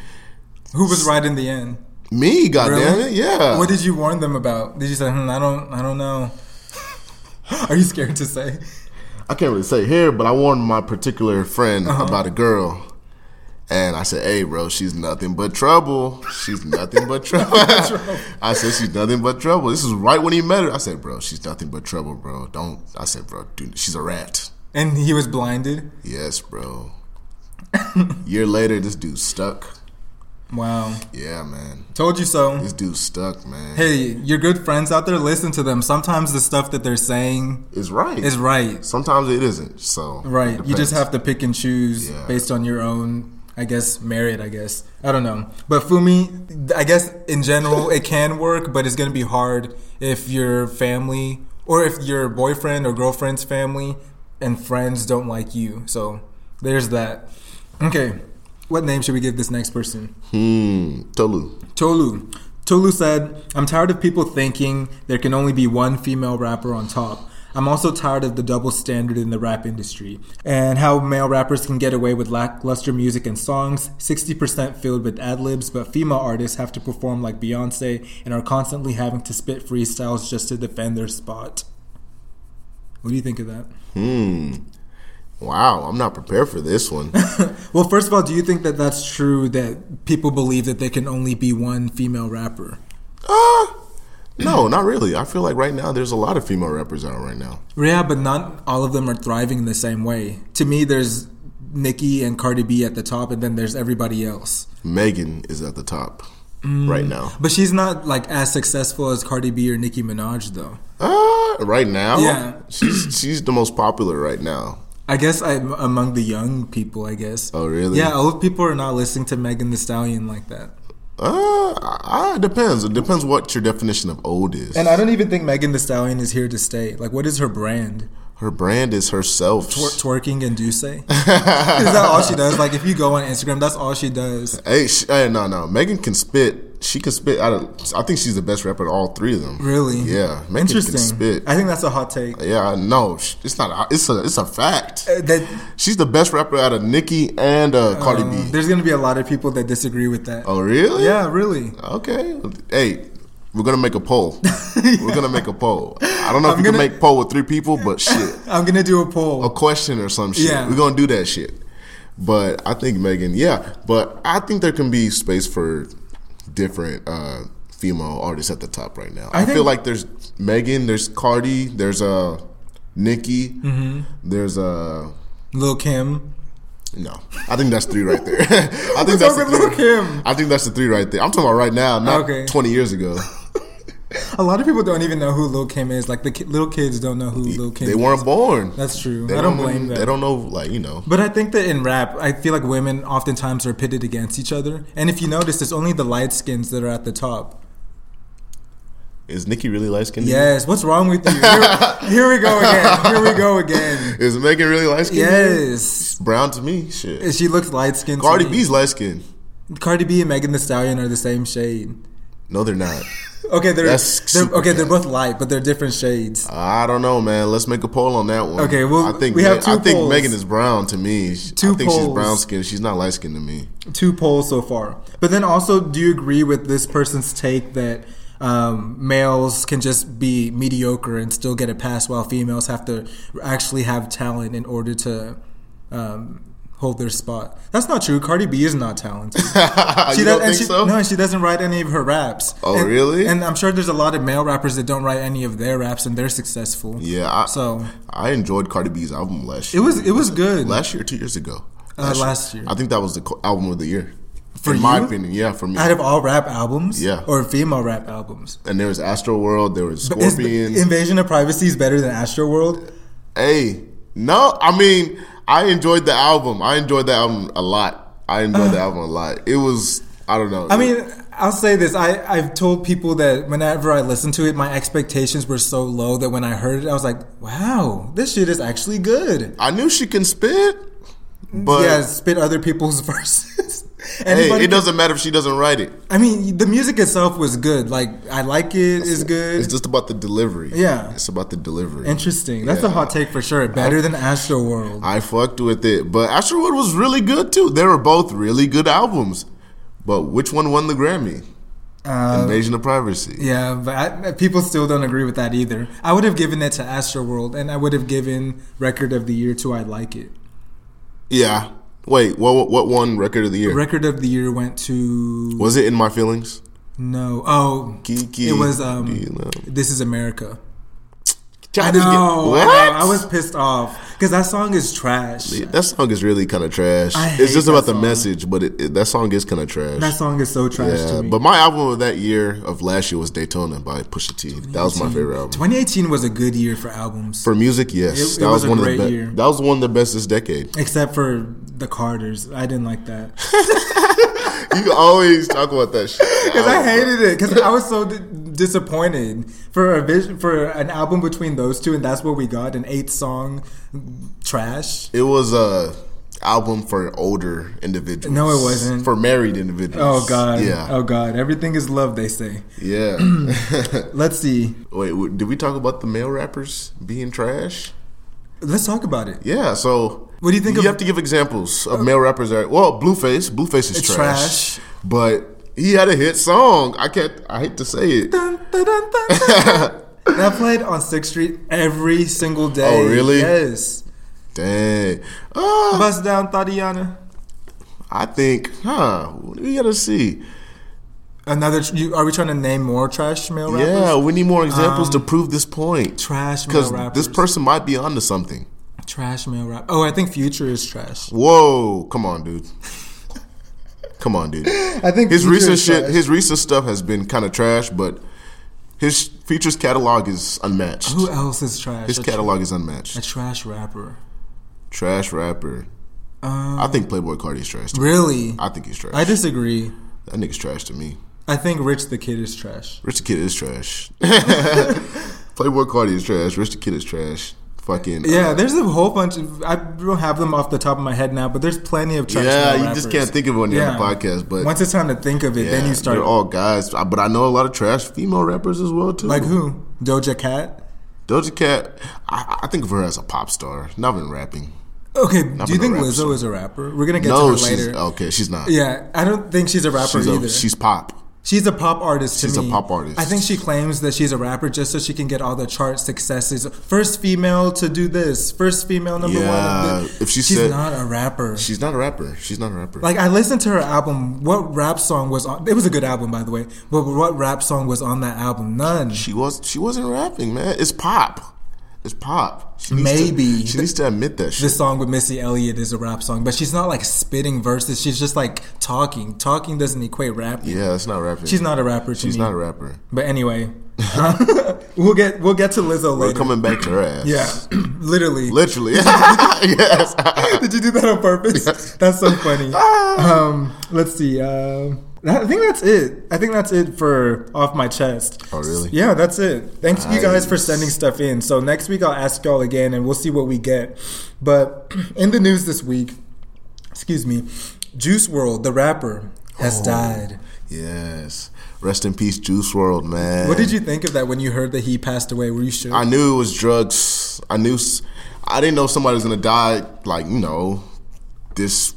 [SPEAKER 1] who was right in the end.
[SPEAKER 2] me. God damn it.
[SPEAKER 1] Really?
[SPEAKER 2] Yeah.
[SPEAKER 1] What did you warn them about? Did you say, hmm, "I don't, I don't know"? Are you scared to say?
[SPEAKER 2] I can't really say here, but I warned my particular friend
[SPEAKER 1] Uh-huh.
[SPEAKER 2] about a girl. And I said, hey, bro, she's nothing but trouble. She's nothing but trouble. I said, she's nothing but trouble. This is right when he met her. I said, bro, she's nothing but trouble, bro. Don't. I said, bro, dude, she's a rat.
[SPEAKER 1] And he was blinded.
[SPEAKER 2] Yes, bro. Year later, this dude's stuck.
[SPEAKER 1] Wow,
[SPEAKER 2] Yeah, man.
[SPEAKER 1] told you so.
[SPEAKER 2] This dude's stuck, man.
[SPEAKER 1] Hey, your good friends out there, listen to them. Sometimes the stuff that they're saying
[SPEAKER 2] It's right.
[SPEAKER 1] is right.
[SPEAKER 2] Sometimes it isn't. So.
[SPEAKER 1] Right. You just
[SPEAKER 2] depends.
[SPEAKER 1] have to pick and choose
[SPEAKER 2] Yeah.
[SPEAKER 1] based on your own, I guess, merit, I guess. I don't know. But Fumi, I guess in general, it can work, but it's going to be hard if your family or if your boyfriend or girlfriend's family and friends don't like you. So there's that. Okay. What name should we give this next person?
[SPEAKER 2] Hmm. Tolu.
[SPEAKER 1] Tolu. Tolu said, I'm tired of people thinking there can only be one female rapper on top. I'm also tired of the double standard in the rap industry and how male rappers can get away with lackluster music and songs, 60% filled with ad libs, but female artists have to perform like Beyonce and are constantly having to spit freestyles just to defend their spot. What do you think of that?
[SPEAKER 2] Wow, I'm not prepared for this one.
[SPEAKER 1] Well, first of all, do you think that that's true that people believe that there can only be one female rapper?
[SPEAKER 2] Uh, no, not really. I feel like right now there's a lot of female rappers out right now.
[SPEAKER 1] Yeah, but not all of them are thriving in the same way. To me, there's Nicki and Cardi B at the top, and then there's everybody else.
[SPEAKER 2] Megan is at the top
[SPEAKER 1] Mm.
[SPEAKER 2] right now.
[SPEAKER 1] But she's not like as successful as Cardi B or Nicki Minaj, though.
[SPEAKER 2] Uh, right now,
[SPEAKER 1] Yeah.
[SPEAKER 2] she's she's the most popular right now.
[SPEAKER 1] I guess I'm among the young people. I guess.
[SPEAKER 2] Oh, really?
[SPEAKER 1] Yeah, old people are not listening to Megan The Stallion like that.
[SPEAKER 2] Uh, I, I- it depends. It depends what your definition of old is.
[SPEAKER 1] And I don't even think Megan The Stallion is here to stay. Like, what is her brand?
[SPEAKER 2] her brand is herself.
[SPEAKER 1] Twer- twerking and do say. is that all she does? Like, if you go on Instagram, that's all she does.
[SPEAKER 2] hey, sh- hey, no, no. Megan can spit. She could spit out of. I think she's the best rapper of all three of them.
[SPEAKER 1] Really?
[SPEAKER 2] Yeah. Megan
[SPEAKER 1] Interesting.
[SPEAKER 2] Can spit.
[SPEAKER 1] I think that's a hot take.
[SPEAKER 2] yeah, no, it's not. A, it's a. It's a fact.
[SPEAKER 1] Uh, that
[SPEAKER 2] She's the best rapper out of Nicki and uh, Cardi
[SPEAKER 1] uh,
[SPEAKER 2] B.
[SPEAKER 1] there's gonna be a lot of people that disagree with that.
[SPEAKER 2] Oh, really?
[SPEAKER 1] Yeah, really.
[SPEAKER 2] Okay. Hey, we're gonna make a poll. We're gonna make a poll. I don't know if
[SPEAKER 1] I'm
[SPEAKER 2] we
[SPEAKER 1] gonna-
[SPEAKER 2] can make poll with three people, but shit,
[SPEAKER 1] I'm gonna do a poll.
[SPEAKER 2] a question or some shit.
[SPEAKER 1] Yeah.
[SPEAKER 2] We're gonna do that shit. But I think Megan, yeah. But I think there can be space for different uh, female artists at the top right now. I,
[SPEAKER 1] think-
[SPEAKER 2] feel like there's Megan, there's Cardi, there's uh, Nicki,
[SPEAKER 1] Mm-hmm.
[SPEAKER 2] there's uh,
[SPEAKER 1] Lil Kim.
[SPEAKER 2] no, I think that's three right there. I
[SPEAKER 1] What's
[SPEAKER 2] think that's
[SPEAKER 1] up
[SPEAKER 2] the
[SPEAKER 1] with Lil'
[SPEAKER 2] three.
[SPEAKER 1] Kim?
[SPEAKER 2] I think that's the three right there. I'm talking about right now, not
[SPEAKER 1] Okay.
[SPEAKER 2] 20 years ago.
[SPEAKER 1] A lot of people don't even know who Lil Kim is. Like the ki- little kids don't know who Lil Kim.
[SPEAKER 2] They
[SPEAKER 1] is.
[SPEAKER 2] weren't born.
[SPEAKER 1] That's true.
[SPEAKER 2] They
[SPEAKER 1] I don't blame
[SPEAKER 2] They
[SPEAKER 1] them.
[SPEAKER 2] don't know, like you know.
[SPEAKER 1] But I think that in rap, I feel like women oftentimes are pitted against each other. And if you notice, it's only the light skins that are at the top.
[SPEAKER 2] Is Nikki really light skinned?
[SPEAKER 1] Yes. What's wrong with you? Here, here we go again. Here we go again.
[SPEAKER 2] Is Megan really light skinned?
[SPEAKER 1] Yes.
[SPEAKER 2] Brown to me, shit.
[SPEAKER 1] She looks light skinned.
[SPEAKER 2] Cardi B's light skinned.
[SPEAKER 1] Cardi B and Megan The Stallion are the same shade.
[SPEAKER 2] No, they're not.
[SPEAKER 1] Okay, they're,
[SPEAKER 2] That's
[SPEAKER 1] they're
[SPEAKER 2] super
[SPEAKER 1] okay. They're
[SPEAKER 2] bad.
[SPEAKER 1] both light, but they're different shades.
[SPEAKER 2] I don't know, man. Let's make a poll on that one.
[SPEAKER 1] Okay, well,
[SPEAKER 2] I think
[SPEAKER 1] we have
[SPEAKER 2] I
[SPEAKER 1] two
[SPEAKER 2] think
[SPEAKER 1] polls.
[SPEAKER 2] Megan is brown to me.
[SPEAKER 1] Two
[SPEAKER 2] I think she's
[SPEAKER 1] polls.
[SPEAKER 2] brown skinned. She's not light skinned to me.
[SPEAKER 1] Two polls so far. But then also, do you agree with this person's take that um, males can just be mediocre and still get a pass, while females have to actually have talent in order to um, hold their spot? That's not true. Cardi B is not talented.
[SPEAKER 2] you
[SPEAKER 1] does-
[SPEAKER 2] don't think
[SPEAKER 1] she,
[SPEAKER 2] so?
[SPEAKER 1] No, and she doesn't write any of her raps.
[SPEAKER 2] Oh,
[SPEAKER 1] And-
[SPEAKER 2] really?
[SPEAKER 1] And I'm sure there's a lot of male rappers that don't write any of their raps, and they're successful.
[SPEAKER 2] Yeah, I,
[SPEAKER 1] So
[SPEAKER 2] I enjoyed Cardi B's album last
[SPEAKER 1] it
[SPEAKER 2] year.
[SPEAKER 1] was it was good.
[SPEAKER 2] last year, two years ago.
[SPEAKER 1] Uh, last year.
[SPEAKER 2] I think that was the co- album of the year.
[SPEAKER 1] For
[SPEAKER 2] in my
[SPEAKER 1] you?
[SPEAKER 2] opinion, yeah, for me.
[SPEAKER 1] out of all rap albums,
[SPEAKER 2] Yeah.
[SPEAKER 1] or female rap albums.
[SPEAKER 2] and there was Astro World, there was
[SPEAKER 1] Is
[SPEAKER 2] Scorpion.
[SPEAKER 1] Invasion of Privacy is better than Astro World.
[SPEAKER 2] hey, no, I mean, I enjoyed the album. I enjoyed the album a lot. I enjoyed the album a lot. It was, I don't know.
[SPEAKER 1] Uh. I mean, I'll say this: I I've told people that whenever I listened to it, my expectations were so low that when I heard it, I was like, "Wow, this shit is actually good."
[SPEAKER 2] I knew she can spit, but
[SPEAKER 1] yeah, spit other people's verses.
[SPEAKER 2] hey,
[SPEAKER 1] Anybody
[SPEAKER 2] it
[SPEAKER 1] can-
[SPEAKER 2] doesn't matter if she doesn't write it.
[SPEAKER 1] I mean, the music itself was good. Like, I like it. It's good.
[SPEAKER 2] It's just about the delivery.
[SPEAKER 1] Yeah.
[SPEAKER 2] it's about the delivery.
[SPEAKER 1] Interesting. That's a
[SPEAKER 2] Yeah.
[SPEAKER 1] hot take for sure. Better than Astro World.
[SPEAKER 2] I fucked with it, but Astrowood was really good too. They were both really good albums, but which one won the Grammy?
[SPEAKER 1] Um,
[SPEAKER 2] Invasion of Privacy.
[SPEAKER 1] Yeah, but I, people still don't agree with that either. I would have given it to Astroworld, and I would have given Record of the Year to I Like It.
[SPEAKER 2] Yeah. Wait, what what won record of the year?
[SPEAKER 1] Record of the Year went to
[SPEAKER 2] was it in my feelings?
[SPEAKER 1] no. Oh,
[SPEAKER 2] Kiki.
[SPEAKER 1] it was um.
[SPEAKER 2] You know.
[SPEAKER 1] This is America.
[SPEAKER 2] Try
[SPEAKER 1] I
[SPEAKER 2] to
[SPEAKER 1] know.
[SPEAKER 2] get-
[SPEAKER 1] I,
[SPEAKER 2] what?
[SPEAKER 1] know. I was pissed off because that song is trash.
[SPEAKER 2] That song is really kind of trash.
[SPEAKER 1] I hate
[SPEAKER 2] It's just about
[SPEAKER 1] that
[SPEAKER 2] the
[SPEAKER 1] song.
[SPEAKER 2] message, but it, it- that song is kind of trash.
[SPEAKER 1] That song is so trash
[SPEAKER 2] yeah,
[SPEAKER 1] to me.
[SPEAKER 2] but my album of that year of last year was Daytona by Pusha T. That was my favorite album
[SPEAKER 1] 2018 was a good year for albums,
[SPEAKER 2] for music. Yes,
[SPEAKER 1] It- it
[SPEAKER 2] that
[SPEAKER 1] was
[SPEAKER 2] was,
[SPEAKER 1] a
[SPEAKER 2] one of the
[SPEAKER 1] great
[SPEAKER 2] be-
[SPEAKER 1] year.
[SPEAKER 2] that was one of the best this decade.
[SPEAKER 1] except for the Carters. I didn't like that.
[SPEAKER 2] You always talk about that shit.
[SPEAKER 1] Because I hated it. Because I was so d- disappointed for a vision for an album between those two, and that's what we got—an eight-song trash.
[SPEAKER 2] It was a album for older individuals.
[SPEAKER 1] No, it wasn't.
[SPEAKER 2] For married individuals.
[SPEAKER 1] Oh god.
[SPEAKER 2] Yeah.
[SPEAKER 1] Oh god. Everything is love, they say.
[SPEAKER 2] Yeah.
[SPEAKER 1] Let's see.
[SPEAKER 2] Wait, w- did we talk about the male rappers being trash?
[SPEAKER 1] Let's talk about it.
[SPEAKER 2] Yeah. So
[SPEAKER 1] What do you think
[SPEAKER 2] You
[SPEAKER 1] of- Uh,
[SPEAKER 2] have to give examples of male rappers that. Well, Blueface. Blueface is
[SPEAKER 1] It's
[SPEAKER 2] trash,
[SPEAKER 1] trash.
[SPEAKER 2] But he had a hit song. I can't. I hate to say it.
[SPEAKER 1] Dun, dun, dun, dun, dun. that played on Sixth Street every single day.
[SPEAKER 2] Oh, really?
[SPEAKER 1] Yes.
[SPEAKER 2] Dang. Ah.
[SPEAKER 1] Bust down, Tatiana.
[SPEAKER 2] I think. Huh. We gotta see.
[SPEAKER 1] Another. Tr- you, are we trying to name more trash male rappers? Um,
[SPEAKER 2] Yeah. We need more examples to prove this point.
[SPEAKER 1] Trash male
[SPEAKER 2] Because
[SPEAKER 1] rappers.
[SPEAKER 2] this person might be onto something.
[SPEAKER 1] trash male rap. Oh, I think Future is trash.
[SPEAKER 2] Whoa, come on, dude. come on, dude.
[SPEAKER 1] I think
[SPEAKER 2] His
[SPEAKER 1] Future
[SPEAKER 2] recent
[SPEAKER 1] is
[SPEAKER 2] shit,
[SPEAKER 1] trash.
[SPEAKER 2] his recent stuff has been kind of trash, but his features catalog is unmatched.
[SPEAKER 1] Who else is trash?
[SPEAKER 2] His
[SPEAKER 1] a,
[SPEAKER 2] catalog is
[SPEAKER 1] a
[SPEAKER 2] unmatched.
[SPEAKER 1] trash rapper.
[SPEAKER 2] Trash rapper.
[SPEAKER 1] Um,
[SPEAKER 2] I think Playboy Cardi's trash. To me.
[SPEAKER 1] really?
[SPEAKER 2] I think he's trash.
[SPEAKER 1] I disagree.
[SPEAKER 2] that nigga's trash to me.
[SPEAKER 1] I think Rich the Kid is trash.
[SPEAKER 2] Rich the Kid is trash. Playboy Cardi is trash. Rich the Kid is trash. Fucking
[SPEAKER 1] Yeah,
[SPEAKER 2] uh,
[SPEAKER 1] there's a whole bunch of I don't have them off the top of my head now, but there's plenty of traditional
[SPEAKER 2] yeah. You
[SPEAKER 1] rappers.
[SPEAKER 2] just can't think of one
[SPEAKER 1] Yeah.
[SPEAKER 2] on the podcast, but
[SPEAKER 1] Once it's time to think of it, then
[SPEAKER 2] yeah,
[SPEAKER 1] you start
[SPEAKER 2] They're all guys, I- but I know a lot of trash female rappers as well too.
[SPEAKER 1] like who? Doja Cat?
[SPEAKER 2] Doja Cat. I, I think of her as a pop star, not even rapping.
[SPEAKER 1] Okay, do you
[SPEAKER 2] a
[SPEAKER 1] think
[SPEAKER 2] rap
[SPEAKER 1] Lizzo
[SPEAKER 2] song.
[SPEAKER 1] is a rapper? We're gonna get
[SPEAKER 2] no,
[SPEAKER 1] to her
[SPEAKER 2] she's
[SPEAKER 1] later.
[SPEAKER 2] okay. She's not.
[SPEAKER 1] Yeah, I don't think she's a rapper
[SPEAKER 2] she's,
[SPEAKER 1] either.
[SPEAKER 2] a, she's pop.
[SPEAKER 1] She's a pop artist. To
[SPEAKER 2] She's a
[SPEAKER 1] me.
[SPEAKER 2] pop artist.
[SPEAKER 1] I think she claims that she's a rapper just so she can get all the chart successes. First female to do this. First female number
[SPEAKER 2] Yeah,
[SPEAKER 1] one.
[SPEAKER 2] if she
[SPEAKER 1] she's
[SPEAKER 2] said-
[SPEAKER 1] not a rapper.
[SPEAKER 2] She's not a rapper. She's not a rapper.
[SPEAKER 1] like I listened to her album. What rap song was on? It was a good album, by the way. But what rap song was on that album? None.
[SPEAKER 2] she was. She wasn't rapping, man. It's pop. It's pop. She needs
[SPEAKER 1] Maybe.
[SPEAKER 2] to, she needs to admit that. Shit.
[SPEAKER 1] This song with Missy Elliott is a rap song, but she's not like spitting verses. She's just like talking. Talking doesn't equate rap.
[SPEAKER 2] yeah, it's not rapping.
[SPEAKER 1] She's not a rapper to
[SPEAKER 2] She's
[SPEAKER 1] me.
[SPEAKER 2] not a rapper.
[SPEAKER 1] But anyway, we'll get we'll get to Lizzo
[SPEAKER 2] We're
[SPEAKER 1] later.
[SPEAKER 2] coming back to her ass.
[SPEAKER 1] Yeah, literally.
[SPEAKER 2] Literally. yes.
[SPEAKER 1] Did you do that on purpose? That's so funny.
[SPEAKER 2] Ah.
[SPEAKER 1] Um, let's see. Um, I think that's it. I think that's it for off my chest.
[SPEAKER 2] Oh, really?
[SPEAKER 1] Yeah, that's it. Thanks you guys for
[SPEAKER 2] Nice.
[SPEAKER 1] sending stuff in. So next week I'll ask y'all again, and we'll see what we get. But in the news this week, excuse me, Juice World, the rapper, has
[SPEAKER 2] Oh.
[SPEAKER 1] died.
[SPEAKER 2] Yes. Rest in peace, Juice World, man.
[SPEAKER 1] What did you think of that when you heard that he passed away? Were you sure?
[SPEAKER 2] I knew it was drugs. I knew. s- I didn't know somebody was gonna die. Like you know, this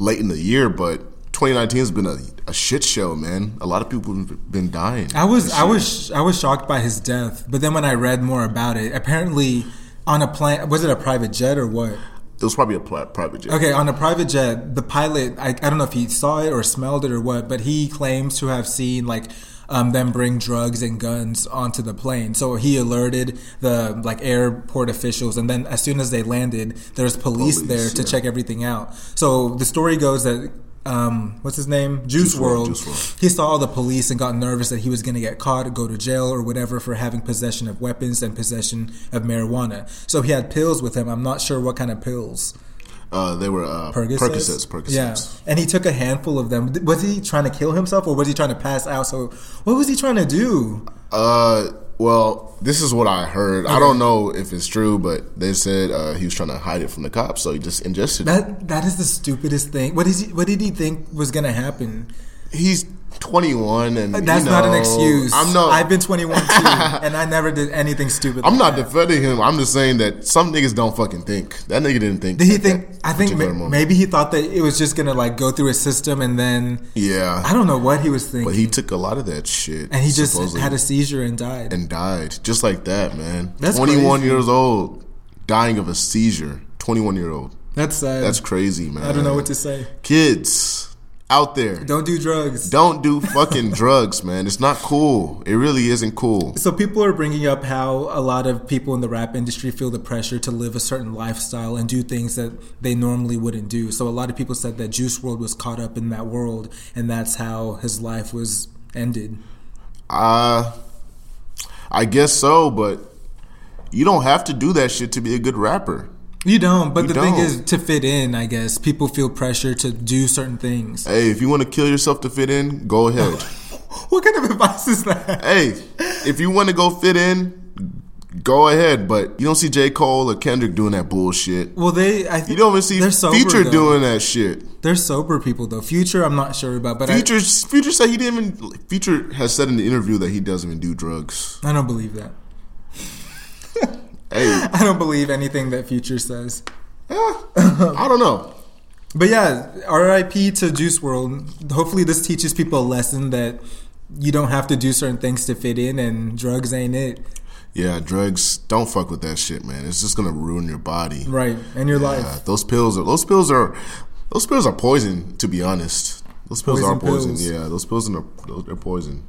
[SPEAKER 2] late in the year, but 2019 has been a, a shit show, man. A lot of people have been dying.
[SPEAKER 1] I was I was I was shocked by his death, but then when I read more about it, apparently on a plane was it a private jet or what?
[SPEAKER 2] It was probably a pla- private jet.
[SPEAKER 1] Okay, on a private jet, the pilot I, I don't know if he saw it or smelled it or what, but he claims to have seen like um, them bring drugs and guns onto the plane. So he alerted the like airport officials, and then as soon as they landed, there's police,
[SPEAKER 2] Police,
[SPEAKER 1] there to
[SPEAKER 2] yeah.
[SPEAKER 1] check everything out. So the story goes that. Um, what's his name? Juice,
[SPEAKER 2] Juice WRLD,
[SPEAKER 1] World.
[SPEAKER 2] Juice WRLD.
[SPEAKER 1] He saw all the police and got nervous that he was going to get caught, go to jail, or whatever for having possession of weapons and possession of marijuana. So he had pills with him. I'm not sure what kind of pills.
[SPEAKER 2] Uh, they were uh, Percocets. Percocets.
[SPEAKER 1] Percocets. Yeah, and he took a handful of them. Was he trying to kill himself or was he trying to pass out? So, what was he trying to do?
[SPEAKER 2] Uh, well, this is what I heard. I don't know if it's true, but they said uh, he was trying to hide it from the cops, so he just ingested it.
[SPEAKER 1] That that is the stupidest thing. What is he, what did he think was gonna happen?
[SPEAKER 2] He's 21, and
[SPEAKER 1] That's
[SPEAKER 2] you
[SPEAKER 1] not an
[SPEAKER 2] know,
[SPEAKER 1] excuse.
[SPEAKER 2] I'm not.
[SPEAKER 1] I've been 21 too, and I never did anything stupid.
[SPEAKER 2] I'm
[SPEAKER 1] like
[SPEAKER 2] not
[SPEAKER 1] that.
[SPEAKER 2] defending him. I'm just saying that some niggas don't fucking think. That nigga didn't think.
[SPEAKER 1] Did he
[SPEAKER 2] at
[SPEAKER 1] think?
[SPEAKER 2] that
[SPEAKER 1] I think
[SPEAKER 2] particular
[SPEAKER 1] ma-
[SPEAKER 2] moment.
[SPEAKER 1] maybe he thought that it was just gonna like go through his system, and then
[SPEAKER 2] Yeah,
[SPEAKER 1] I don't know what he was thinking.
[SPEAKER 2] but he took a lot of that shit,
[SPEAKER 1] and he just
[SPEAKER 2] supposedly,
[SPEAKER 1] had a seizure and died.
[SPEAKER 2] and died just like that, man.
[SPEAKER 1] That's
[SPEAKER 2] 21
[SPEAKER 1] crazy.
[SPEAKER 2] years old, dying of a seizure. 21 year old.
[SPEAKER 1] that's sad.
[SPEAKER 2] That's crazy, man.
[SPEAKER 1] I don't know what to say.
[SPEAKER 2] Kids out there, don't,
[SPEAKER 1] Don't do drugs.
[SPEAKER 2] do fucking drugs, man. It's not cool. It really isn't cool.
[SPEAKER 1] So people are bringing up how a lot of people in the rap industry feel the pressure to live a certain lifestyle and do things that they normally wouldn't do. So a lot of people said that Juice World was caught up in that world, and that's how his life was ended.
[SPEAKER 2] Uh, I guess so, but you don't have to do that shit to be a good rapper.
[SPEAKER 1] You don't, but the thing
[SPEAKER 2] don't.
[SPEAKER 1] is to fit in. I guess people feel pressure to do certain things.
[SPEAKER 2] Hey, if you want to kill yourself to fit in, go ahead.
[SPEAKER 1] What kind of advice is that?
[SPEAKER 2] hey, if you want to go fit in, go ahead. But you don't see J. Cole or Kendrick doing that bullshit.
[SPEAKER 1] Well, they I think
[SPEAKER 2] You don't even see
[SPEAKER 1] they're sober,
[SPEAKER 2] Future
[SPEAKER 1] though.
[SPEAKER 2] doing that shit.
[SPEAKER 1] They're sober people though. Future, I'm not sure about, but
[SPEAKER 2] Future, Future said he didn't even. Future has said in the interview that he doesn't even do drugs.
[SPEAKER 1] I, I don't believe that.
[SPEAKER 2] Hey,
[SPEAKER 1] I don't believe anything that Future says.
[SPEAKER 2] I don't know.
[SPEAKER 1] But yeah, RIP to Juice World. Hopefully, this teaches people a lesson that you don't have to do certain things to fit in, and drugs ain't it,
[SPEAKER 2] Yeah, drugs. Don't fuck with that shit, man. It's just gonna ruin your body.
[SPEAKER 1] right? And your
[SPEAKER 2] Yeah,
[SPEAKER 1] life.
[SPEAKER 2] those pills are. Those pills are. Those pills are poison. To be honest, those pills
[SPEAKER 1] Poison
[SPEAKER 2] are poison.
[SPEAKER 1] pills.
[SPEAKER 2] Yeah, those pills are those are poison.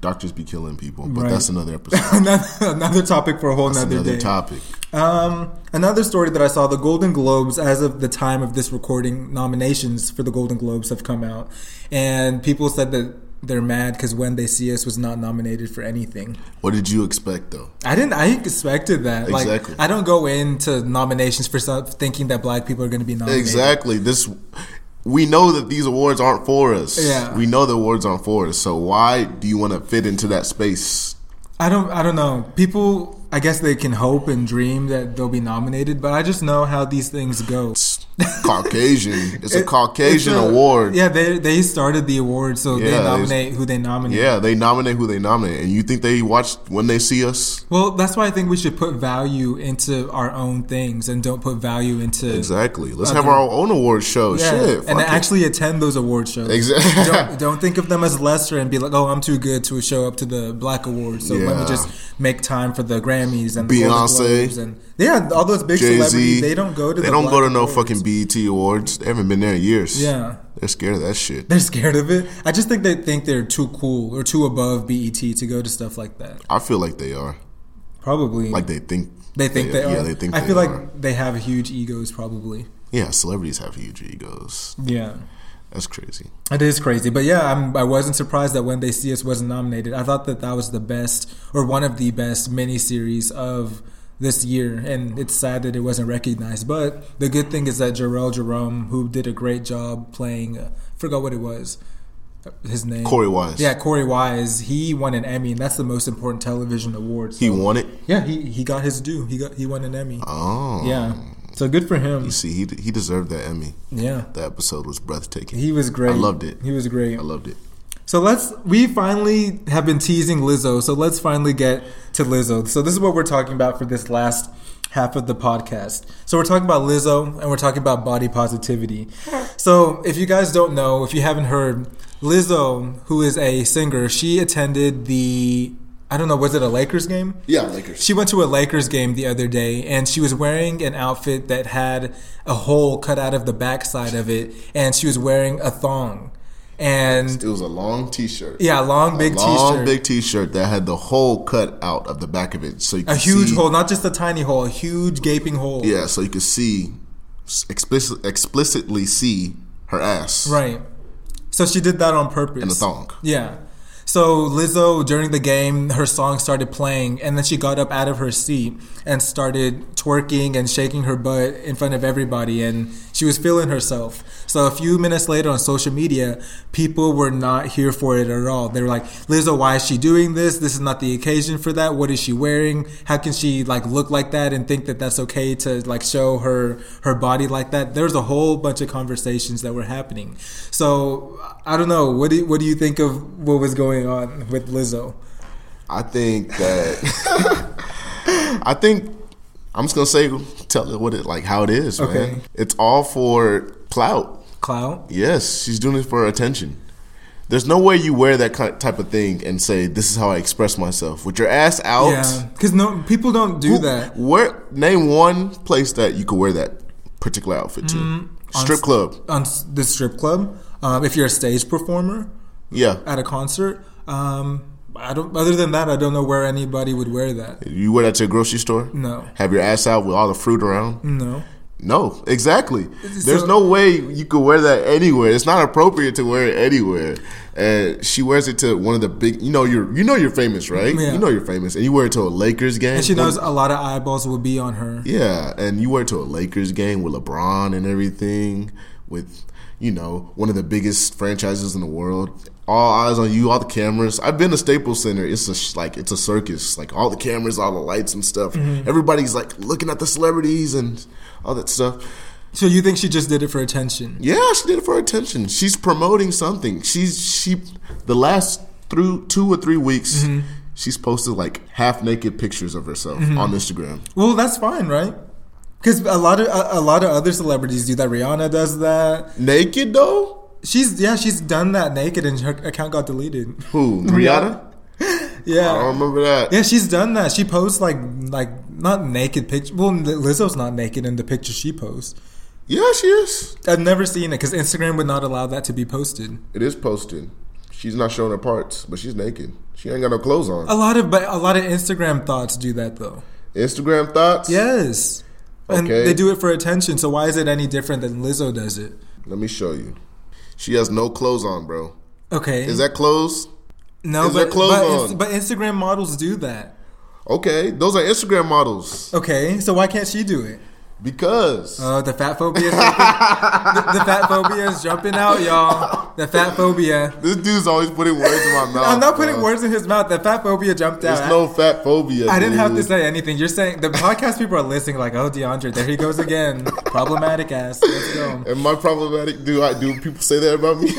[SPEAKER 2] Doctors be killing people, but
[SPEAKER 1] Right.
[SPEAKER 2] that's another episode.
[SPEAKER 1] Another, another topic for a whole nother
[SPEAKER 2] another
[SPEAKER 1] day.
[SPEAKER 2] topic.
[SPEAKER 1] Um, another story that I saw: the Golden Globes, as of the time of this recording, nominations for the Golden Globes have come out, and people said that they're mad because "When They See Us" was not nominated for anything.
[SPEAKER 2] What did you expect though?
[SPEAKER 1] I didn't. I expected that.
[SPEAKER 2] Exactly.
[SPEAKER 1] Like, I don't go into nominations for stuff thinking that black people are going to be nominated.
[SPEAKER 2] Exactly. This we know that these awards aren't for us.
[SPEAKER 1] Yeah.
[SPEAKER 2] We know the awards aren't for us. So why do you want to fit into that space?
[SPEAKER 1] I don't I don't know. People I guess they can hope and dream that they'll be nominated, but I just know how these things go.
[SPEAKER 2] Caucasian. It's a
[SPEAKER 1] It-
[SPEAKER 2] Caucasian
[SPEAKER 1] it's a-
[SPEAKER 2] award. Yeah.
[SPEAKER 1] Yeah, they they started the award, so they
[SPEAKER 2] Yeah, they-
[SPEAKER 1] nominate who they nominate.
[SPEAKER 2] they nominate who they nominate, and you think they watch when they see us?
[SPEAKER 1] Well, that's why I think we should put value into our own things and don't put value into
[SPEAKER 2] Exactly. Let's have our own award show.
[SPEAKER 1] Yeah,
[SPEAKER 2] Shit,
[SPEAKER 1] and
[SPEAKER 2] fuck it.
[SPEAKER 1] actually attend those award shows.
[SPEAKER 2] Exact-
[SPEAKER 1] don't, don't think of them as lesser and be like, oh, I'm too good to show up to the Black Awards, so let me
[SPEAKER 2] Yeah.
[SPEAKER 1] just make time for the Grammys and the Golden
[SPEAKER 2] Beyonce.
[SPEAKER 1] Globes and yeah, all those big
[SPEAKER 2] Jay Z.
[SPEAKER 1] celebrities. They don't go to.
[SPEAKER 2] They
[SPEAKER 1] the
[SPEAKER 2] don't
[SPEAKER 1] Black
[SPEAKER 2] go to no
[SPEAKER 1] Awards.
[SPEAKER 2] fucking BET awards. They haven't been there in years.
[SPEAKER 1] Yeah.
[SPEAKER 2] they're scared of that shit.
[SPEAKER 1] They're scared of it. I just think they think they're too cool or too above BET to go to stuff like that.
[SPEAKER 2] I feel like they are.
[SPEAKER 1] Probably.
[SPEAKER 2] Like they think.
[SPEAKER 1] they think they, are.
[SPEAKER 2] Yeah, they think.
[SPEAKER 1] I
[SPEAKER 2] they
[SPEAKER 1] feel like
[SPEAKER 2] are.
[SPEAKER 1] they have huge egos probably.
[SPEAKER 2] Yeah, celebrities have huge egos.
[SPEAKER 1] Yeah.
[SPEAKER 2] That's crazy.
[SPEAKER 1] It is crazy, but yeah, I'm, I wasn't surprised that when they see us wasn't nominated. I thought that that was the best or one of the best miniseries of this year, and it's sad that it wasn't recognized. But the good thing is that Jarrell Jerome, who did a great job playing, uh, forgot what it was, uh, his name
[SPEAKER 2] Corey Wise.
[SPEAKER 1] Yeah, Corey Wise. He won an Emmy, and that's the most important television award. So.
[SPEAKER 2] he won it.
[SPEAKER 1] yeah, he, he got his due. He got he won an Emmy.
[SPEAKER 2] Oh,
[SPEAKER 1] yeah, so good for him.
[SPEAKER 2] You see, he he deserved that Emmy.
[SPEAKER 1] Yeah,
[SPEAKER 2] That episode was breathtaking.
[SPEAKER 1] he was great.
[SPEAKER 2] I loved it.
[SPEAKER 1] He was great.
[SPEAKER 2] I loved it.
[SPEAKER 1] So let's we finally have been teasing Lizzo, so let's finally get to Lizzo. So this is what we're talking about for this last half of the podcast. So we're talking about Lizzo and we're talking about body positivity. So if you guys don't know, if you haven't heard, Lizzo, who is a singer, she attended the I don't know, was it a Lakers game?
[SPEAKER 2] Yeah, Lakers.
[SPEAKER 1] She went to a Lakers game the other day and she was wearing an outfit that had a hole cut out of the backside of it and she was wearing a thong. And
[SPEAKER 2] It was a long T-shirt.
[SPEAKER 1] yeah, long big
[SPEAKER 2] long
[SPEAKER 1] t-shirt.
[SPEAKER 2] big T-shirt that had the hole cut out of the back of it, so you
[SPEAKER 1] a
[SPEAKER 2] could
[SPEAKER 1] huge
[SPEAKER 2] see-
[SPEAKER 1] hole, not just a tiny hole, a huge gaping hole.
[SPEAKER 2] Yeah, so you could see explicit, explicitly see her ass
[SPEAKER 1] Right. So she did that on purpose.
[SPEAKER 2] and the thong.
[SPEAKER 1] Yeah. So Lizzo during the game, her song started playing, and then she got up out of her seat and started twerking and shaking her butt in front of everybody, and she was feeling herself. So a few minutes later on social media, people were not here for it at all. They were like, "Lizzo, why is she doing this? This is not the occasion for that. What is she wearing? How can she like look like that and think that that's okay to like show her her body like that?" There's a whole bunch of conversations that were happening. So I don't know. What do you, what do you think of what was going on with Lizzo?
[SPEAKER 2] I think that I think I'm just gonna say tell it what it like how it is,
[SPEAKER 1] Okay.
[SPEAKER 2] man. It's all for clout.
[SPEAKER 1] Clout.
[SPEAKER 2] Yes, she's doing it for attention. There's no way you wear that kind type of thing and say this is how I express myself with your ass out.
[SPEAKER 1] Yeah, because no people don't do that.
[SPEAKER 2] Where name one place that you could wear that particular outfit to?
[SPEAKER 1] Mm-hmm.
[SPEAKER 2] Strip
[SPEAKER 1] s-
[SPEAKER 2] club.
[SPEAKER 1] on s- the strip club. Um, if you're a stage performer
[SPEAKER 2] Yeah.
[SPEAKER 1] at a concert, um, I don't. Other than that, I don't know where anybody would wear that.
[SPEAKER 2] You wear that to a grocery store?
[SPEAKER 1] No.
[SPEAKER 2] Have your ass out with all the fruit around?
[SPEAKER 1] No.
[SPEAKER 2] No, exactly. There's
[SPEAKER 1] So-
[SPEAKER 2] no way you could wear that anywhere. It's not appropriate to wear it anywhere. And she wears it to one of the big. You know you're you know you're famous, right?
[SPEAKER 1] Yeah.
[SPEAKER 2] You know you're famous, and you wear it to a Lakers game.
[SPEAKER 1] And she knows a lot of eyeballs will be on her.
[SPEAKER 2] Yeah, and you wear it to a Lakers game with LeBron and everything, with you know one of the biggest franchises in the world. All eyes on you, all the cameras. I've been to Staples Center. It's a sh- like it's a circus. Like all the cameras, all the lights and stuff. Everybody's like looking at the celebrities and all that stuff.
[SPEAKER 1] So you think she just did it for attention?
[SPEAKER 2] Yeah, she did it for attention. She's promoting something. She's she the last through two or three weeks. She's posted like half naked pictures of herself on Instagram.
[SPEAKER 1] Well, that's fine, right? Because a lot of a, a lot of other celebrities do that. Rihanna does that.
[SPEAKER 2] Naked though?
[SPEAKER 1] She's yeah, she's done that naked, and her account got deleted.
[SPEAKER 2] Who? Rihanna?
[SPEAKER 1] Yeah.
[SPEAKER 2] I don't remember that.
[SPEAKER 1] Yeah, she's done that. She posts like like not naked pictures. Well, Lizzo's not naked in the picture she posts.
[SPEAKER 2] Yeah, she is.
[SPEAKER 1] I've never seen it because Instagram would not allow that to be posted.
[SPEAKER 2] It is posted. She's not showing her parts, but she's naked. She ain't got no clothes on.
[SPEAKER 1] A lot of but a lot of Instagram thoughts do that though.
[SPEAKER 2] Instagram thoughts?
[SPEAKER 1] Yes. And
[SPEAKER 2] Okay.
[SPEAKER 1] they do it for attention. So why is it any different than Lizzo does it?
[SPEAKER 2] Let me show you. She has no clothes on, bro.
[SPEAKER 1] Okay.
[SPEAKER 2] Is that clothes?
[SPEAKER 1] no?
[SPEAKER 2] is
[SPEAKER 1] but,
[SPEAKER 2] there clothes
[SPEAKER 1] but,
[SPEAKER 2] on?
[SPEAKER 1] Ins- but Instagram models do that.
[SPEAKER 2] Okay, those are Instagram models.
[SPEAKER 1] Okay. So why can't she do it?
[SPEAKER 2] Because
[SPEAKER 1] Uh, Oh, the fat phobia. is jumping- the, the fat phobia is jumping out, y'all. That fat phobia.
[SPEAKER 2] This dude's always putting words in my mouth.
[SPEAKER 1] I'm not putting
[SPEAKER 2] bro.
[SPEAKER 1] words in his mouth. That fat phobia jumped out.
[SPEAKER 2] Oh, There's no fat phobia.
[SPEAKER 1] I didn't have to
[SPEAKER 2] dude.
[SPEAKER 1] say anything. You're saying the podcast people are listening, like, oh, DeAndre, there he goes again. Problematic ass. Let's go.
[SPEAKER 2] Am I problematic? Do I do people say that about me?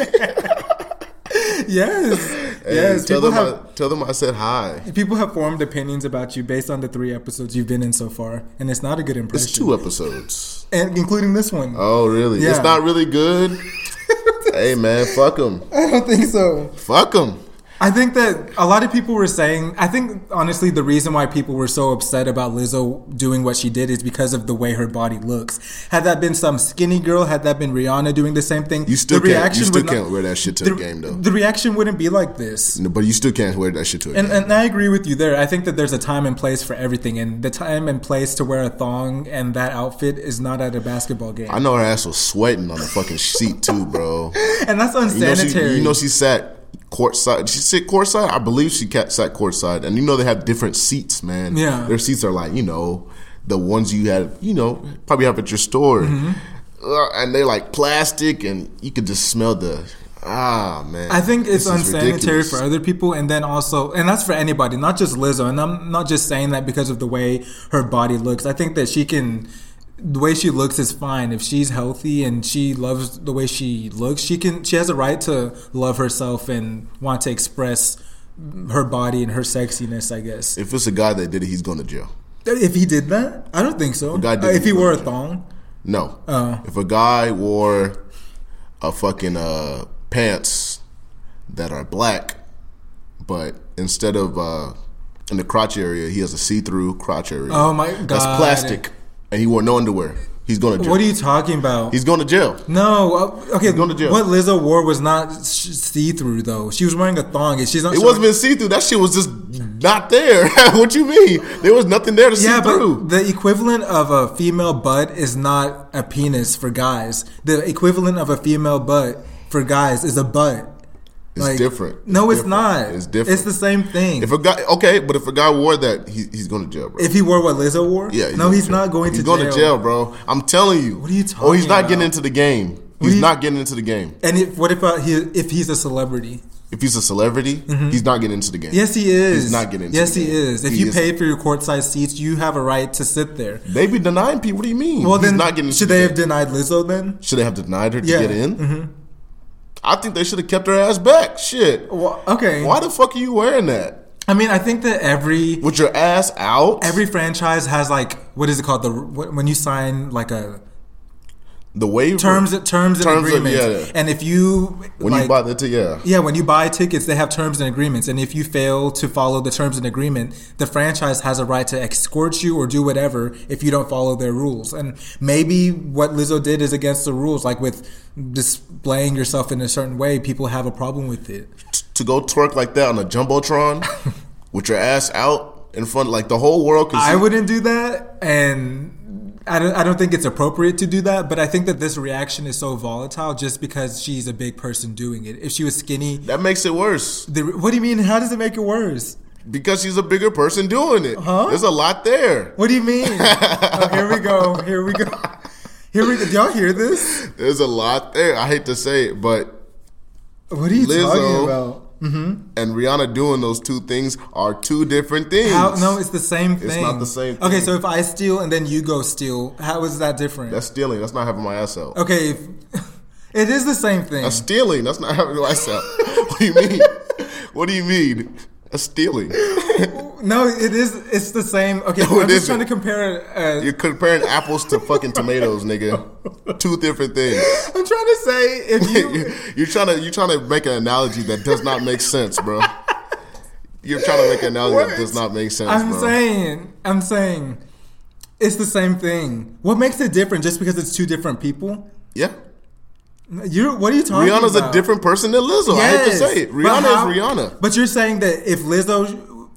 [SPEAKER 1] Yes.
[SPEAKER 2] Hey,
[SPEAKER 1] yes.
[SPEAKER 2] Tell
[SPEAKER 1] People
[SPEAKER 2] them
[SPEAKER 1] have,
[SPEAKER 2] I tell them I said hi.
[SPEAKER 1] people have formed opinions about you based on the three episodes you've been in so far, and it's not a good impression.
[SPEAKER 2] It's two episodes.
[SPEAKER 1] and including this one.
[SPEAKER 2] Oh really?
[SPEAKER 1] Yeah.
[SPEAKER 2] It's not really good. hey man, fuck them.
[SPEAKER 1] I don't think so.
[SPEAKER 2] Fuck them.
[SPEAKER 1] I think that a lot of people were saying, I think honestly, the reason why people were so upset about Lizzo doing what she did is because of the way her body looks. Had that been some skinny girl, had that been Rihanna doing the same thing,
[SPEAKER 2] You still
[SPEAKER 1] the
[SPEAKER 2] can't. You still
[SPEAKER 1] would not-
[SPEAKER 2] can't wear that shit to the, game though.
[SPEAKER 1] The reaction wouldn't be like this.
[SPEAKER 2] No, but you still can't wear that shit to a
[SPEAKER 1] And,
[SPEAKER 2] game.
[SPEAKER 1] and I agree with you there. I think that there's a time and place for everything, and the time and place to wear a thong and that outfit is not at a basketball game.
[SPEAKER 2] I know her ass was sweating on the fucking seat too, bro.
[SPEAKER 1] and that's
[SPEAKER 2] You know, she,
[SPEAKER 1] unsanitary.
[SPEAKER 2] you know she sat courtside. Did She sit courtside. I believe she cat sat courtside. And you know they have different seats, man.
[SPEAKER 1] Yeah.
[SPEAKER 2] their seats are like you know the ones you had. You know probably have at your store,
[SPEAKER 1] Mm-hmm.
[SPEAKER 2] Uh, and they're like plastic, and you could just smell the ah man.
[SPEAKER 1] I think it's
[SPEAKER 2] This is
[SPEAKER 1] unsanitary
[SPEAKER 2] ridiculous.
[SPEAKER 1] for other people, and then also, and that's for anybody, not just Lizzo. And I'm not just saying that because of the way her body looks. I think that she can, the way she looks is fine. If she's healthy and she loves the way she looks, she can. She has a right to love herself and want to express her body and her sexiness. I guess
[SPEAKER 2] If it's a guy that did it, he's going to jail.
[SPEAKER 1] if he did that, I don't think so.
[SPEAKER 2] guy
[SPEAKER 1] Uh,
[SPEAKER 2] did
[SPEAKER 1] if he
[SPEAKER 2] look
[SPEAKER 1] wore a
[SPEAKER 2] like
[SPEAKER 1] thong,
[SPEAKER 2] No.
[SPEAKER 1] Oh.
[SPEAKER 2] If a guy wore a fucking uh, pants that are black, but instead of uh, in the crotch area, he has a see-through crotch area.
[SPEAKER 1] Oh my
[SPEAKER 2] That's
[SPEAKER 1] God.
[SPEAKER 2] plastic, and he wore no underwear. He's going to jail.
[SPEAKER 1] what are you talking about?
[SPEAKER 2] He's going to jail.
[SPEAKER 1] No, uh, okay.
[SPEAKER 2] going to jail.
[SPEAKER 1] What Lizzo wore was not see through though. She was wearing a thong. and She's not.
[SPEAKER 2] It
[SPEAKER 1] showing-
[SPEAKER 2] wasn't been see-through. That shit was just not there. what you mean? There was nothing there to
[SPEAKER 1] Yeah,
[SPEAKER 2] see through.
[SPEAKER 1] but the equivalent of a female butt is not a penis for guys. The equivalent of a female butt for guys is a butt.
[SPEAKER 2] It's different.
[SPEAKER 1] No, it's
[SPEAKER 2] different.
[SPEAKER 1] not.
[SPEAKER 2] It's different.
[SPEAKER 1] It's the same thing.
[SPEAKER 2] if
[SPEAKER 1] If,
[SPEAKER 2] a guy, okay, but if a guy wore that, he, he's going to jail, bro.
[SPEAKER 1] he wore what Lizzo wore,
[SPEAKER 2] Yeah.
[SPEAKER 1] no,
[SPEAKER 2] going
[SPEAKER 1] he's
[SPEAKER 2] to jail.
[SPEAKER 1] not going
[SPEAKER 2] He's
[SPEAKER 1] to
[SPEAKER 2] going
[SPEAKER 1] jail.
[SPEAKER 2] to jail, bro. I'm telling you. What
[SPEAKER 1] are you
[SPEAKER 2] Oh, he's
[SPEAKER 1] talking
[SPEAKER 2] not
[SPEAKER 1] about?
[SPEAKER 2] getting into the game.
[SPEAKER 1] are
[SPEAKER 2] He's
[SPEAKER 1] you-
[SPEAKER 2] not getting into the game.
[SPEAKER 1] And if, what if uh, he if he's a celebrity?
[SPEAKER 2] If he's a celebrity,
[SPEAKER 1] Mm-hmm.
[SPEAKER 2] he's not getting into the game.
[SPEAKER 1] Yes, he is.
[SPEAKER 2] He's not getting into
[SPEAKER 1] Yes,
[SPEAKER 2] the
[SPEAKER 1] he
[SPEAKER 2] game.
[SPEAKER 1] is. If
[SPEAKER 2] He
[SPEAKER 1] you
[SPEAKER 2] is-
[SPEAKER 1] paid for your courtside seats, you have a right to sit there.
[SPEAKER 2] They be denying people. What do you mean?
[SPEAKER 1] Well,
[SPEAKER 2] he's
[SPEAKER 1] then
[SPEAKER 2] not getting into
[SPEAKER 1] should
[SPEAKER 2] the
[SPEAKER 1] they
[SPEAKER 2] game.
[SPEAKER 1] have denied Lizzo then?
[SPEAKER 2] should they have denied her to
[SPEAKER 1] Yeah. Mm-hmm.
[SPEAKER 2] get in? I think they should have kept her ass back. Shit.
[SPEAKER 1] Well, okay.
[SPEAKER 2] Why the fuck are you wearing that?
[SPEAKER 1] I mean, I think that every
[SPEAKER 2] With your ass out?
[SPEAKER 1] every franchise has like what is it called the wh- when you sign like a
[SPEAKER 2] the waiver.
[SPEAKER 1] terms terms and
[SPEAKER 2] Terms of-
[SPEAKER 1] agreements,
[SPEAKER 2] yeah.
[SPEAKER 1] and if you
[SPEAKER 2] When
[SPEAKER 1] like,
[SPEAKER 2] you buy the t- yeah.
[SPEAKER 1] yeah, when you buy tickets, they have terms and agreements, and if you fail to follow the terms and agreement, the franchise has a right to escort you or do whatever if you don't follow their rules. And maybe what Lizzo did is against the rules, like with displaying yourself in a certain way, people have a problem with it.
[SPEAKER 2] To go twerk like that on a Jumbotron with your ass out in front, like the whole world can see
[SPEAKER 1] I wouldn't do that, and I don't. I don't think it's appropriate to do that. But I think that this reaction is so volatile just because she's a big person doing it. If she was skinny,
[SPEAKER 2] That makes it worse
[SPEAKER 1] the, what do you mean? How does it make it worse?
[SPEAKER 2] because she's a bigger person doing it.
[SPEAKER 1] Uh-huh.
[SPEAKER 2] There's a lot there.
[SPEAKER 1] What do you mean? oh, here we go. Here we go. Here we go. Do y'all hear this?
[SPEAKER 2] There's a lot there. I hate to say it, but
[SPEAKER 1] What are you talking
[SPEAKER 2] Lizzo.
[SPEAKER 1] about?
[SPEAKER 2] and Rihanna doing those two things are two different things.
[SPEAKER 1] How, no, it's the same thing.
[SPEAKER 2] not the same
[SPEAKER 1] Okay,
[SPEAKER 2] thing.
[SPEAKER 1] so if I steal and then you go steal, how is that different?
[SPEAKER 2] that's stealing. That's not having my ass out.
[SPEAKER 1] okay, if, it is the same thing.
[SPEAKER 2] That's stealing. That's not having my ass out. what do you mean? what do you mean? That's stealing.
[SPEAKER 1] No, it is. It's the same. Okay, I'm just
[SPEAKER 2] isn't.
[SPEAKER 1] trying to compare. Uh,
[SPEAKER 2] You're comparing apples to fucking tomatoes, nigga. Two different things.
[SPEAKER 1] I'm trying to say if you.
[SPEAKER 2] you're trying to you're trying to make an analogy that does not make sense, bro. You're trying to make an analogy that does not make sense,
[SPEAKER 1] I'm
[SPEAKER 2] bro.
[SPEAKER 1] saying. I'm saying. It's the same thing. What makes it different? Just because it's two different people?
[SPEAKER 2] yeah.
[SPEAKER 1] You. What are you talking?
[SPEAKER 2] Rihanna's
[SPEAKER 1] about?
[SPEAKER 2] a different person than Lizzo. I hate to
[SPEAKER 1] Yes,
[SPEAKER 2] say it.
[SPEAKER 1] but
[SPEAKER 2] Rihanna
[SPEAKER 1] how-
[SPEAKER 2] is Rihanna.
[SPEAKER 1] But you're saying that if Lizzo,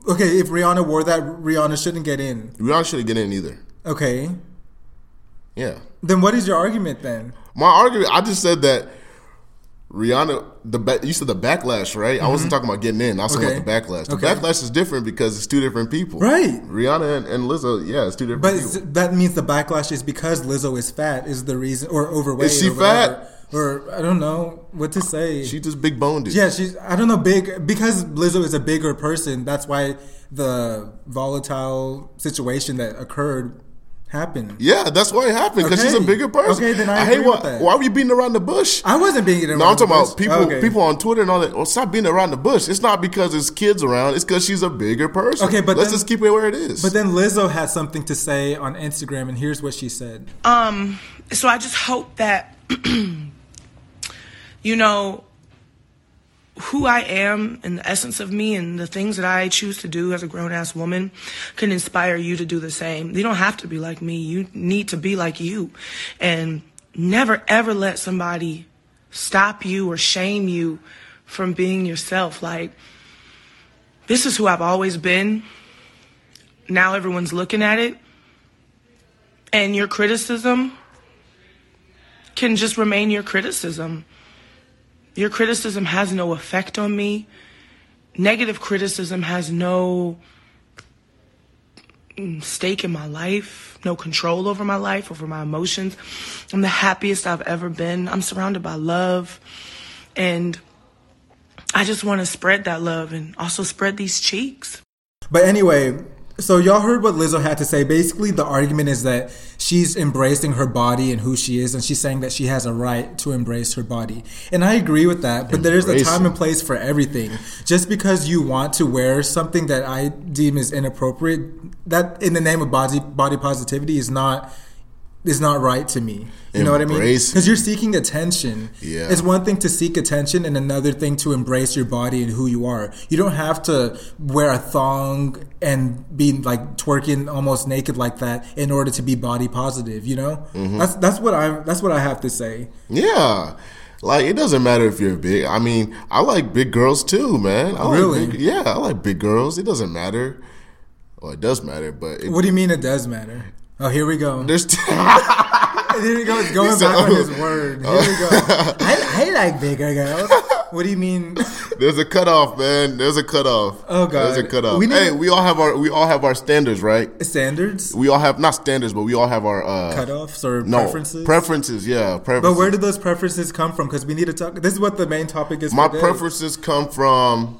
[SPEAKER 1] okay, if Rihanna wore that, Rihanna shouldn't get in.
[SPEAKER 2] Rihanna shouldn't get in either.
[SPEAKER 1] Okay,
[SPEAKER 2] Yeah.
[SPEAKER 1] then what is your argument then?
[SPEAKER 2] My argument, I just said that Rihanna, the ba- you said the backlash, right? I wasn't talking about getting in. I was talking
[SPEAKER 1] Mm-hmm. Okay.
[SPEAKER 2] about the backlash. The
[SPEAKER 1] Okay.
[SPEAKER 2] backlash is different because it's two different people.
[SPEAKER 1] Right.
[SPEAKER 2] Rihanna and, and Lizzo, yeah, it's two different
[SPEAKER 1] But
[SPEAKER 2] people.
[SPEAKER 1] s- that means the backlash is because Lizzo is fat is the reason, or overweight.
[SPEAKER 2] Is she
[SPEAKER 1] or whatever.
[SPEAKER 2] fat?
[SPEAKER 1] or I don't know what to say.
[SPEAKER 2] She just big boned it.
[SPEAKER 1] yeah, she's I don't know big because Lizzo is a bigger person. That's why the volatile situation that occurred happened.
[SPEAKER 2] Yeah, that's why it happened because she's a
[SPEAKER 1] Okay.
[SPEAKER 2] bigger person.
[SPEAKER 1] Okay, then I
[SPEAKER 2] hate
[SPEAKER 1] agree
[SPEAKER 2] why,
[SPEAKER 1] with that.
[SPEAKER 2] why are we beating around the bush?
[SPEAKER 1] I wasn't being it.
[SPEAKER 2] No, I'm talking about people people on Twitter and all that. Well, stop being around the bush. It's not because there's kids around. It's because she's a bigger person.
[SPEAKER 1] Okay, but
[SPEAKER 2] let's
[SPEAKER 1] then-
[SPEAKER 2] just keep it where it is.
[SPEAKER 1] But then Lizzo had something to say on Instagram, and here's what she said.
[SPEAKER 3] Um, so I just hope that, you know, who I am and the essence of me and the things that I choose to do as a grown ass woman can inspire you to do the same. You don't have to be like me. You need to be like you. And never ever let somebody stop you or shame you from being yourself. Like, this is who I've always been. Now everyone's looking at it and your criticism can just remain your criticism. Your criticism has no effect on me. Negative criticism has no mm, stake in my life, no control over my life, over my emotions. I'm the happiest I've ever been. I'm surrounded by love. And I just want to spread that love and also spread these cheeks.
[SPEAKER 1] But anyway, so y'all heard what Lizzo had to say. Basically, the argument is that she's embracing her body and who she is, and she's saying that she has a right to embrace her body. And I agree with that, but there's a time
[SPEAKER 2] Embracing.
[SPEAKER 1] and place for everything. Just because you want to wear something that I deem is inappropriate, that in the name of body body positivity is not is not right to me. You know what I mean?
[SPEAKER 2] Embrace.
[SPEAKER 1] Because you're seeking attention.
[SPEAKER 2] Yeah.
[SPEAKER 1] It's one thing to seek attention and another thing to embrace your body and who you are. You don't have to wear a thong and be like twerking almost naked like that in order to be body positive, you know?
[SPEAKER 2] Mm-hmm.
[SPEAKER 1] That's that's what I that's what I have to say.
[SPEAKER 2] Yeah. Like it doesn't matter if you're big. I mean, I like big girls too, man. I like
[SPEAKER 1] Really?
[SPEAKER 2] big- yeah, I like big girls. It doesn't matter. Well, it does matter, but it,
[SPEAKER 1] What do you mean it does matter? Oh, here we go.
[SPEAKER 2] there's
[SPEAKER 1] Here we go. It's going
[SPEAKER 2] said,
[SPEAKER 1] back on
[SPEAKER 2] oh.
[SPEAKER 1] his word. Here we go. I, I like bigger girls. What do you mean?
[SPEAKER 2] there's a cutoff, man. There's a cutoff.
[SPEAKER 1] Oh, God.
[SPEAKER 2] there's a cutoff.
[SPEAKER 1] We need-
[SPEAKER 2] hey, we all have our we all have our standards, right?
[SPEAKER 1] Standards?
[SPEAKER 2] We all have not standards, but we all have our uh,
[SPEAKER 1] Cutoffs or
[SPEAKER 2] no
[SPEAKER 1] preferences?
[SPEAKER 2] Preferences, yeah, preferences.
[SPEAKER 1] But where did those preferences come from? Because we need to talk. This is what the main topic is.
[SPEAKER 2] my
[SPEAKER 1] today.
[SPEAKER 2] preferences come from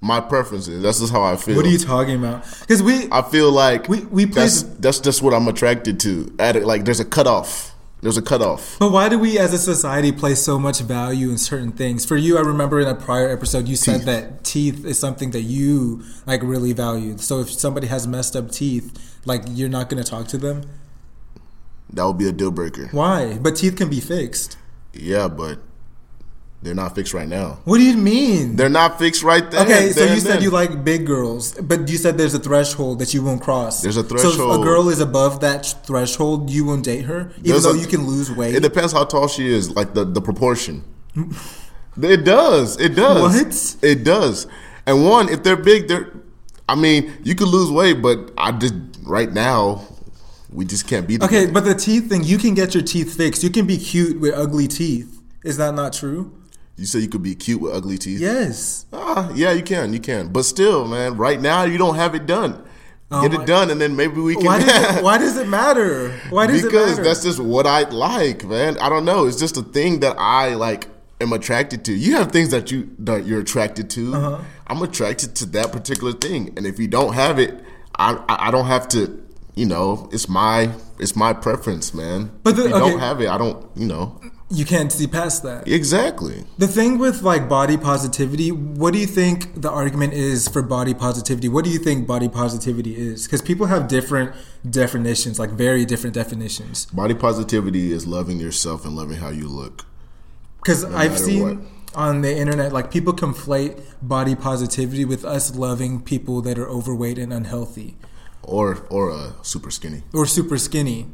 [SPEAKER 2] my preferences. That's just how I feel.
[SPEAKER 1] What are you talking about? Because we
[SPEAKER 2] I feel like
[SPEAKER 1] We- we
[SPEAKER 2] that's
[SPEAKER 1] place-
[SPEAKER 2] that's just what I'm attracted to. At it, like there's a cutoff. There's a cutoff.
[SPEAKER 1] But why do we as a society place so much value in certain things? For you, I remember in a prior episode you said
[SPEAKER 2] Teeth.
[SPEAKER 1] that teeth is something that you like really valued. So if somebody has messed up teeth, like you're not going to talk to them?
[SPEAKER 2] That would be a deal breaker.
[SPEAKER 1] Why? But teeth can be fixed.
[SPEAKER 2] Yeah, but they're not fixed right now.
[SPEAKER 1] What do you mean?
[SPEAKER 2] They're not fixed right then.
[SPEAKER 1] Okay, so
[SPEAKER 2] there
[SPEAKER 1] you
[SPEAKER 2] and
[SPEAKER 1] said
[SPEAKER 2] then.
[SPEAKER 1] you like big girls, but you said there's a threshold that you won't cross.
[SPEAKER 2] There's a
[SPEAKER 1] So if a
[SPEAKER 2] threshold.
[SPEAKER 1] girl is above that threshold, you won't date her, even
[SPEAKER 2] There's
[SPEAKER 1] though
[SPEAKER 2] a-
[SPEAKER 1] you can lose weight.
[SPEAKER 2] It depends how tall she is, like the the proportion. it does. It does.
[SPEAKER 1] What?
[SPEAKER 2] It does. And one, if they're big, they're. I mean, you could lose weight, but I just right now, we just can't be.
[SPEAKER 1] Okay, but the teeth thing, you can get your teeth fixed. You can be cute with ugly teeth. Is that not true?
[SPEAKER 2] you said you could be cute with ugly teeth.
[SPEAKER 1] Yes.
[SPEAKER 2] Ah, yeah, you can, you can. But still, man, right now you don't have it done. Get
[SPEAKER 1] Oh my-
[SPEAKER 2] it done, and then maybe we can.
[SPEAKER 1] Why does it, why does it matter? Why does it
[SPEAKER 2] because
[SPEAKER 1] matter?
[SPEAKER 2] that's just what I like, man. I don't know. It's just a thing that I like am attracted to. You have things that you that you're attracted to.
[SPEAKER 1] Uh-huh.
[SPEAKER 2] I'm attracted to that particular thing, and if you don't have it, I I, I don't have to. You know, it's my it's my preference, man.
[SPEAKER 1] But
[SPEAKER 2] But
[SPEAKER 1] the-
[SPEAKER 2] if you
[SPEAKER 1] okay.
[SPEAKER 2] don't have it, I don't. You know,
[SPEAKER 1] you can't see past that.
[SPEAKER 2] exactly.
[SPEAKER 1] The thing with like body positivity, what do you think the argument is for body positivity? What do you think body positivity is? Cuz people have different definitions, like very different definitions.
[SPEAKER 2] Body positivity is loving yourself and loving how you look.
[SPEAKER 1] Because I've
[SPEAKER 2] matter
[SPEAKER 1] seen
[SPEAKER 2] what.
[SPEAKER 1] on the internet, like people conflate body positivity with us loving people that are overweight and unhealthy
[SPEAKER 2] Or or uh, super skinny.
[SPEAKER 1] or super skinny.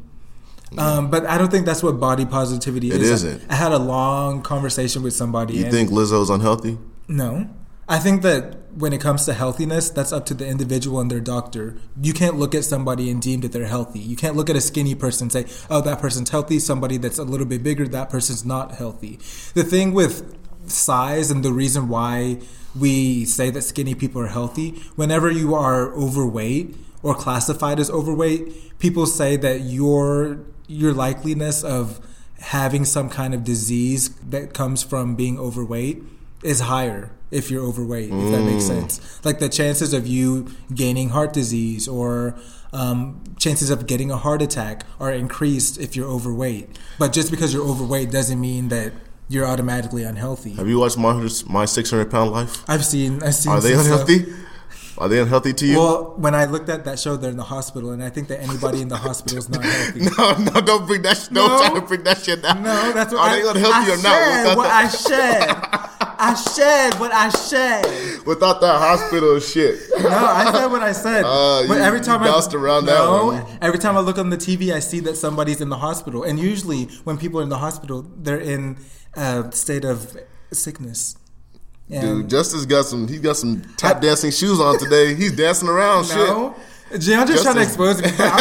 [SPEAKER 1] Um, but I don't think that's what body positivity
[SPEAKER 2] It
[SPEAKER 1] is.
[SPEAKER 2] isn't.
[SPEAKER 1] I had a long conversation with somebody.
[SPEAKER 2] You
[SPEAKER 1] and
[SPEAKER 2] think Lizzo's unhealthy?
[SPEAKER 1] No. I think that when it comes to healthiness, that's up to the individual and their doctor. You can't look at somebody and deem that they're healthy. You can't look at a skinny person and say, oh, that person's healthy. Somebody that's a little bit bigger, that person's not healthy. The thing with size and the reason why we say that skinny people are healthy, whenever you are overweight or classified as overweight, people say that your your likeliness of having some kind of disease that comes from being overweight is higher if you're overweight, if that makes
[SPEAKER 2] Mm.
[SPEAKER 1] sense. Like the chances of you gaining heart disease or um, chances of getting a heart attack are increased if you're overweight. But just because you're overweight doesn't mean that you're automatically unhealthy.
[SPEAKER 2] Have you watched my my six hundred pound life?
[SPEAKER 1] I've seen. I've seen.
[SPEAKER 2] Are they
[SPEAKER 1] some stuff.
[SPEAKER 2] unhealthy? Are they unhealthy to you?
[SPEAKER 1] Well, when I looked at that show, they're in the hospital, and I think that anybody in the hospital is not healthy.
[SPEAKER 2] no, no, don't bring that. Sh-
[SPEAKER 1] No.
[SPEAKER 2] Don't try to bring that shit down.
[SPEAKER 1] No, that's what
[SPEAKER 2] Are
[SPEAKER 1] I,
[SPEAKER 2] they unhealthy
[SPEAKER 1] I
[SPEAKER 2] or not?
[SPEAKER 1] Shared
[SPEAKER 2] Without
[SPEAKER 1] what
[SPEAKER 2] that,
[SPEAKER 1] I shared. I shared what I shared.
[SPEAKER 2] without that hospital shit.
[SPEAKER 1] No, I said what I said.
[SPEAKER 2] Uh,
[SPEAKER 1] but
[SPEAKER 2] you-
[SPEAKER 1] every
[SPEAKER 2] you
[SPEAKER 1] time
[SPEAKER 2] bounced
[SPEAKER 1] I
[SPEAKER 2] around that
[SPEAKER 1] no,
[SPEAKER 2] one.
[SPEAKER 1] every time I look on the TV, I see that somebody's in the hospital, and usually when people are in the hospital, they're in a state of sickness.
[SPEAKER 2] Dude, Justice got some. He got some tap dancing shoes on today. He's dancing around.
[SPEAKER 1] No.
[SPEAKER 2] Shit.
[SPEAKER 1] Jim, I'm just trying to
[SPEAKER 2] Justin.
[SPEAKER 1] expose me. but I'm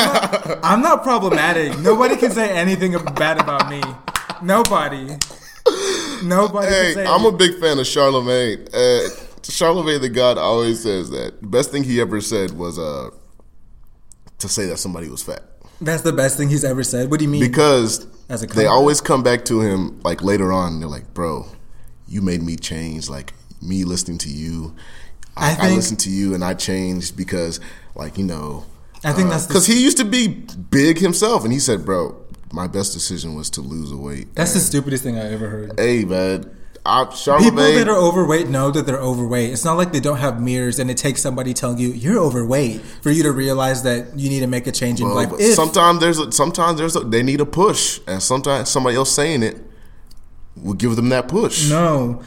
[SPEAKER 1] not, I'm not problematic. Nobody can say anything bad about me. Nobody. Nobody can
[SPEAKER 2] Hey,
[SPEAKER 1] say
[SPEAKER 2] I'm a big fan of Charlemagne. Uh, Charlemagne the God always says that. The best thing he ever said was uh, to say that somebody was fat.
[SPEAKER 1] That's the best thing he's ever said. What do you mean?
[SPEAKER 2] Because
[SPEAKER 1] As a
[SPEAKER 2] they
[SPEAKER 1] comeback.
[SPEAKER 2] always come back to him like later on. And they're like, "Bro, you made me change. Like me listening to you,
[SPEAKER 1] I
[SPEAKER 2] I, I,
[SPEAKER 1] think-
[SPEAKER 2] listened to you, and I changed because, like, you know,
[SPEAKER 1] I think that's the-
[SPEAKER 2] because he used to be big himself, and he said, "Bro, my best decision was to lose the weight."
[SPEAKER 1] That's the stupidest thing I ever heard.
[SPEAKER 2] hey, man, I,
[SPEAKER 1] People
[SPEAKER 2] Charlemagne.
[SPEAKER 1] that are overweight know that they're overweight. It's not like they don't have mirrors and it takes somebody telling you you're overweight for you to realize that you need to make a change in
[SPEAKER 2] Well,
[SPEAKER 1] life.
[SPEAKER 2] oh, but
[SPEAKER 1] If-
[SPEAKER 2] sometimes there's a, sometimes there's a, they need a push, and sometimes somebody else saying it will give them that push.
[SPEAKER 1] No,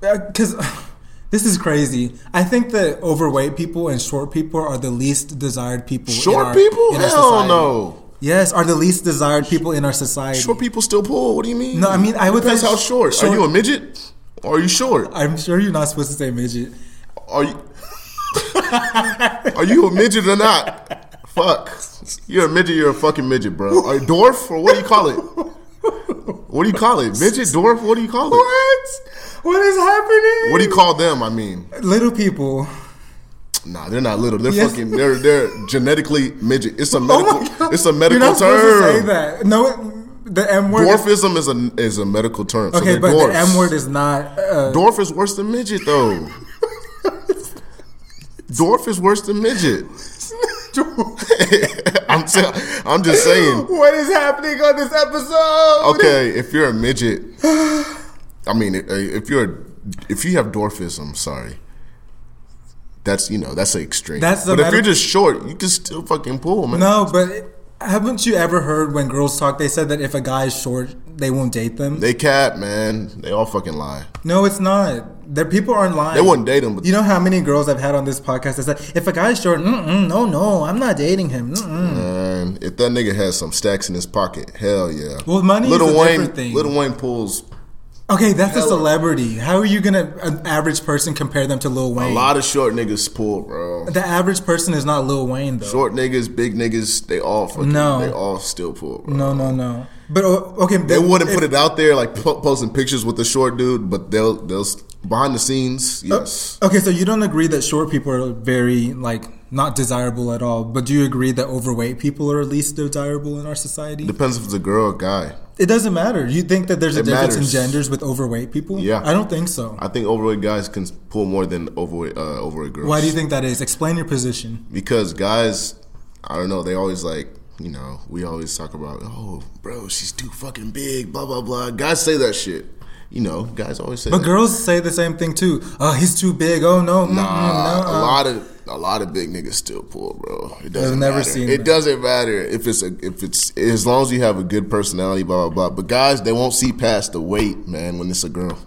[SPEAKER 1] because this is crazy. I think that overweight people and short people are the least desired people. in
[SPEAKER 2] Short
[SPEAKER 1] our-
[SPEAKER 2] people?
[SPEAKER 1] in our
[SPEAKER 2] Hell
[SPEAKER 1] society.
[SPEAKER 2] no.
[SPEAKER 1] Yes, are the least desired people in our society.
[SPEAKER 2] Short people still pull. What do you mean?
[SPEAKER 1] No, I mean, I would
[SPEAKER 2] depends
[SPEAKER 1] say
[SPEAKER 2] how short.
[SPEAKER 1] short-
[SPEAKER 2] Are you a midget? Or are you short?
[SPEAKER 1] I'm sure you're not supposed to say midget.
[SPEAKER 2] Are you? are you a midget or not? Fuck. You're a midget. You're a fucking midget, bro. Are you dwarf or what do you call it? What do you call it? Midget, dwarf. What do you call it?
[SPEAKER 1] What? What is happening?
[SPEAKER 2] What do you call them? I mean,
[SPEAKER 1] Little people.
[SPEAKER 2] nah, they're not little. They're
[SPEAKER 1] Yes.
[SPEAKER 2] fucking. They're they're genetically midget. It's a
[SPEAKER 1] Oh my
[SPEAKER 2] medical.
[SPEAKER 1] God.
[SPEAKER 2] it's a medical
[SPEAKER 1] You're not
[SPEAKER 2] term.
[SPEAKER 1] supposed to say that. No, it- the M word. is-
[SPEAKER 2] Dwarfism is a is a medical term. So
[SPEAKER 1] okay,
[SPEAKER 2] they're
[SPEAKER 1] but
[SPEAKER 2] dwarfs.
[SPEAKER 1] the M word is not. Uh,
[SPEAKER 2] Dwarf is worse than midget though. Dwarf is worse than midget. I'm tell- I'm just saying.
[SPEAKER 1] what is happening on this episode?
[SPEAKER 2] Okay, if you're a midget, I mean, i- if you're a- if you have dwarfism, sorry, that's you know that's an extreme.
[SPEAKER 1] That's the
[SPEAKER 2] but if
[SPEAKER 1] meta-
[SPEAKER 2] you're just short, you can still fucking pull, man.
[SPEAKER 1] No, but haven't you ever heard when girls talk? They said that if a guy is short, they won't date them.
[SPEAKER 2] They cap, man. They all fucking lie.
[SPEAKER 1] no, it's not. Their people aren't lying.
[SPEAKER 2] They wouldn't date them, but
[SPEAKER 1] You know how many girls I've had on this podcast that said, "If a guy is short, mm-mm, no, no, I'm not dating him." Mm-mm.
[SPEAKER 2] man, if that nigga has some stacks in his pocket, hell yeah.
[SPEAKER 1] Well, money is
[SPEAKER 2] Lil
[SPEAKER 1] a
[SPEAKER 2] Wayne,
[SPEAKER 1] different thing.
[SPEAKER 2] Little Wayne pulls
[SPEAKER 1] Okay, that's a celebrity. How are you gonna an average person compare them to Lil Wayne?
[SPEAKER 2] A lot of short niggas pull, bro.
[SPEAKER 1] The average person is not Lil Wayne though.
[SPEAKER 2] Short niggas, big niggas, they all fucking,
[SPEAKER 1] No.
[SPEAKER 2] they all still pull, bro.
[SPEAKER 1] No, no, no. But o- okay,
[SPEAKER 2] They wouldn't put it out there like po- posting pictures with the short dude, but they'll they'll s- behind the scenes,
[SPEAKER 1] Uh.
[SPEAKER 2] yes.
[SPEAKER 1] Okay, so you don't agree that short people are very like not desirable at all, but do you agree that overweight people are least desirable in our society?
[SPEAKER 2] Depends if it's a girl or guy.
[SPEAKER 1] It doesn't matter. You think that there's a
[SPEAKER 2] It
[SPEAKER 1] difference
[SPEAKER 2] matters.
[SPEAKER 1] in genders with overweight people?
[SPEAKER 2] Yeah.
[SPEAKER 1] I don't think so.
[SPEAKER 2] I think overweight guys can pull more than overweight uh, overweight girls.
[SPEAKER 1] Why do you think that is? Explain your position.
[SPEAKER 2] Because guys, I don't know, they always like. You know, we always talk about, oh, bro, she's too fucking big, blah blah blah. Guys say that shit. You know, guys always say.
[SPEAKER 1] But
[SPEAKER 2] that.
[SPEAKER 1] girls say the same thing too. Oh, he's too big. Oh no, mm-mm,
[SPEAKER 2] Nah,
[SPEAKER 1] no.
[SPEAKER 2] a
[SPEAKER 1] uh."
[SPEAKER 2] lot of a lot of big niggas still pull, bro. It doesn't
[SPEAKER 1] I've never
[SPEAKER 2] matter.
[SPEAKER 1] seen that.
[SPEAKER 2] it doesn't matter if it's a if it's as long as you have a good personality, blah blah blah. But guys, they won't see past the weight, man. When it's a girl,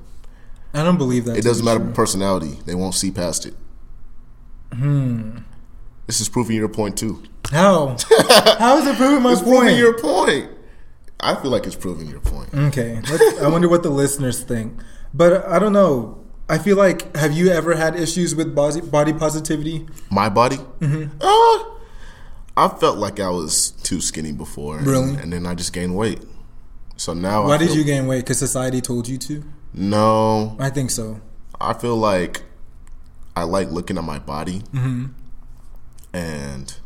[SPEAKER 1] I don't believe that.
[SPEAKER 2] it
[SPEAKER 1] to
[SPEAKER 2] doesn't
[SPEAKER 1] be
[SPEAKER 2] matter
[SPEAKER 1] true.
[SPEAKER 2] personality. They won't see past it. Hmm.
[SPEAKER 1] Hmm.
[SPEAKER 2] This is proving your point too.
[SPEAKER 1] How? How is it proving my
[SPEAKER 2] It's
[SPEAKER 1] point?
[SPEAKER 2] proving your point. I feel like it's proving your point.
[SPEAKER 1] Okay, let's, I wonder what the listeners think. But I don't know. I feel like have you ever had issues with body, body positivity?
[SPEAKER 2] My body. Mm-hmm. Uh, I felt like I was too skinny before, and-
[SPEAKER 1] Really?
[SPEAKER 2] and, then I just gained weight. So now,
[SPEAKER 1] Why
[SPEAKER 2] Oh, I
[SPEAKER 1] did
[SPEAKER 2] feel-
[SPEAKER 1] you gain weight? Because society told you to.
[SPEAKER 2] No,
[SPEAKER 1] I think so.
[SPEAKER 2] I feel like I like looking at my body,
[SPEAKER 1] Mm-hmm.
[SPEAKER 2] and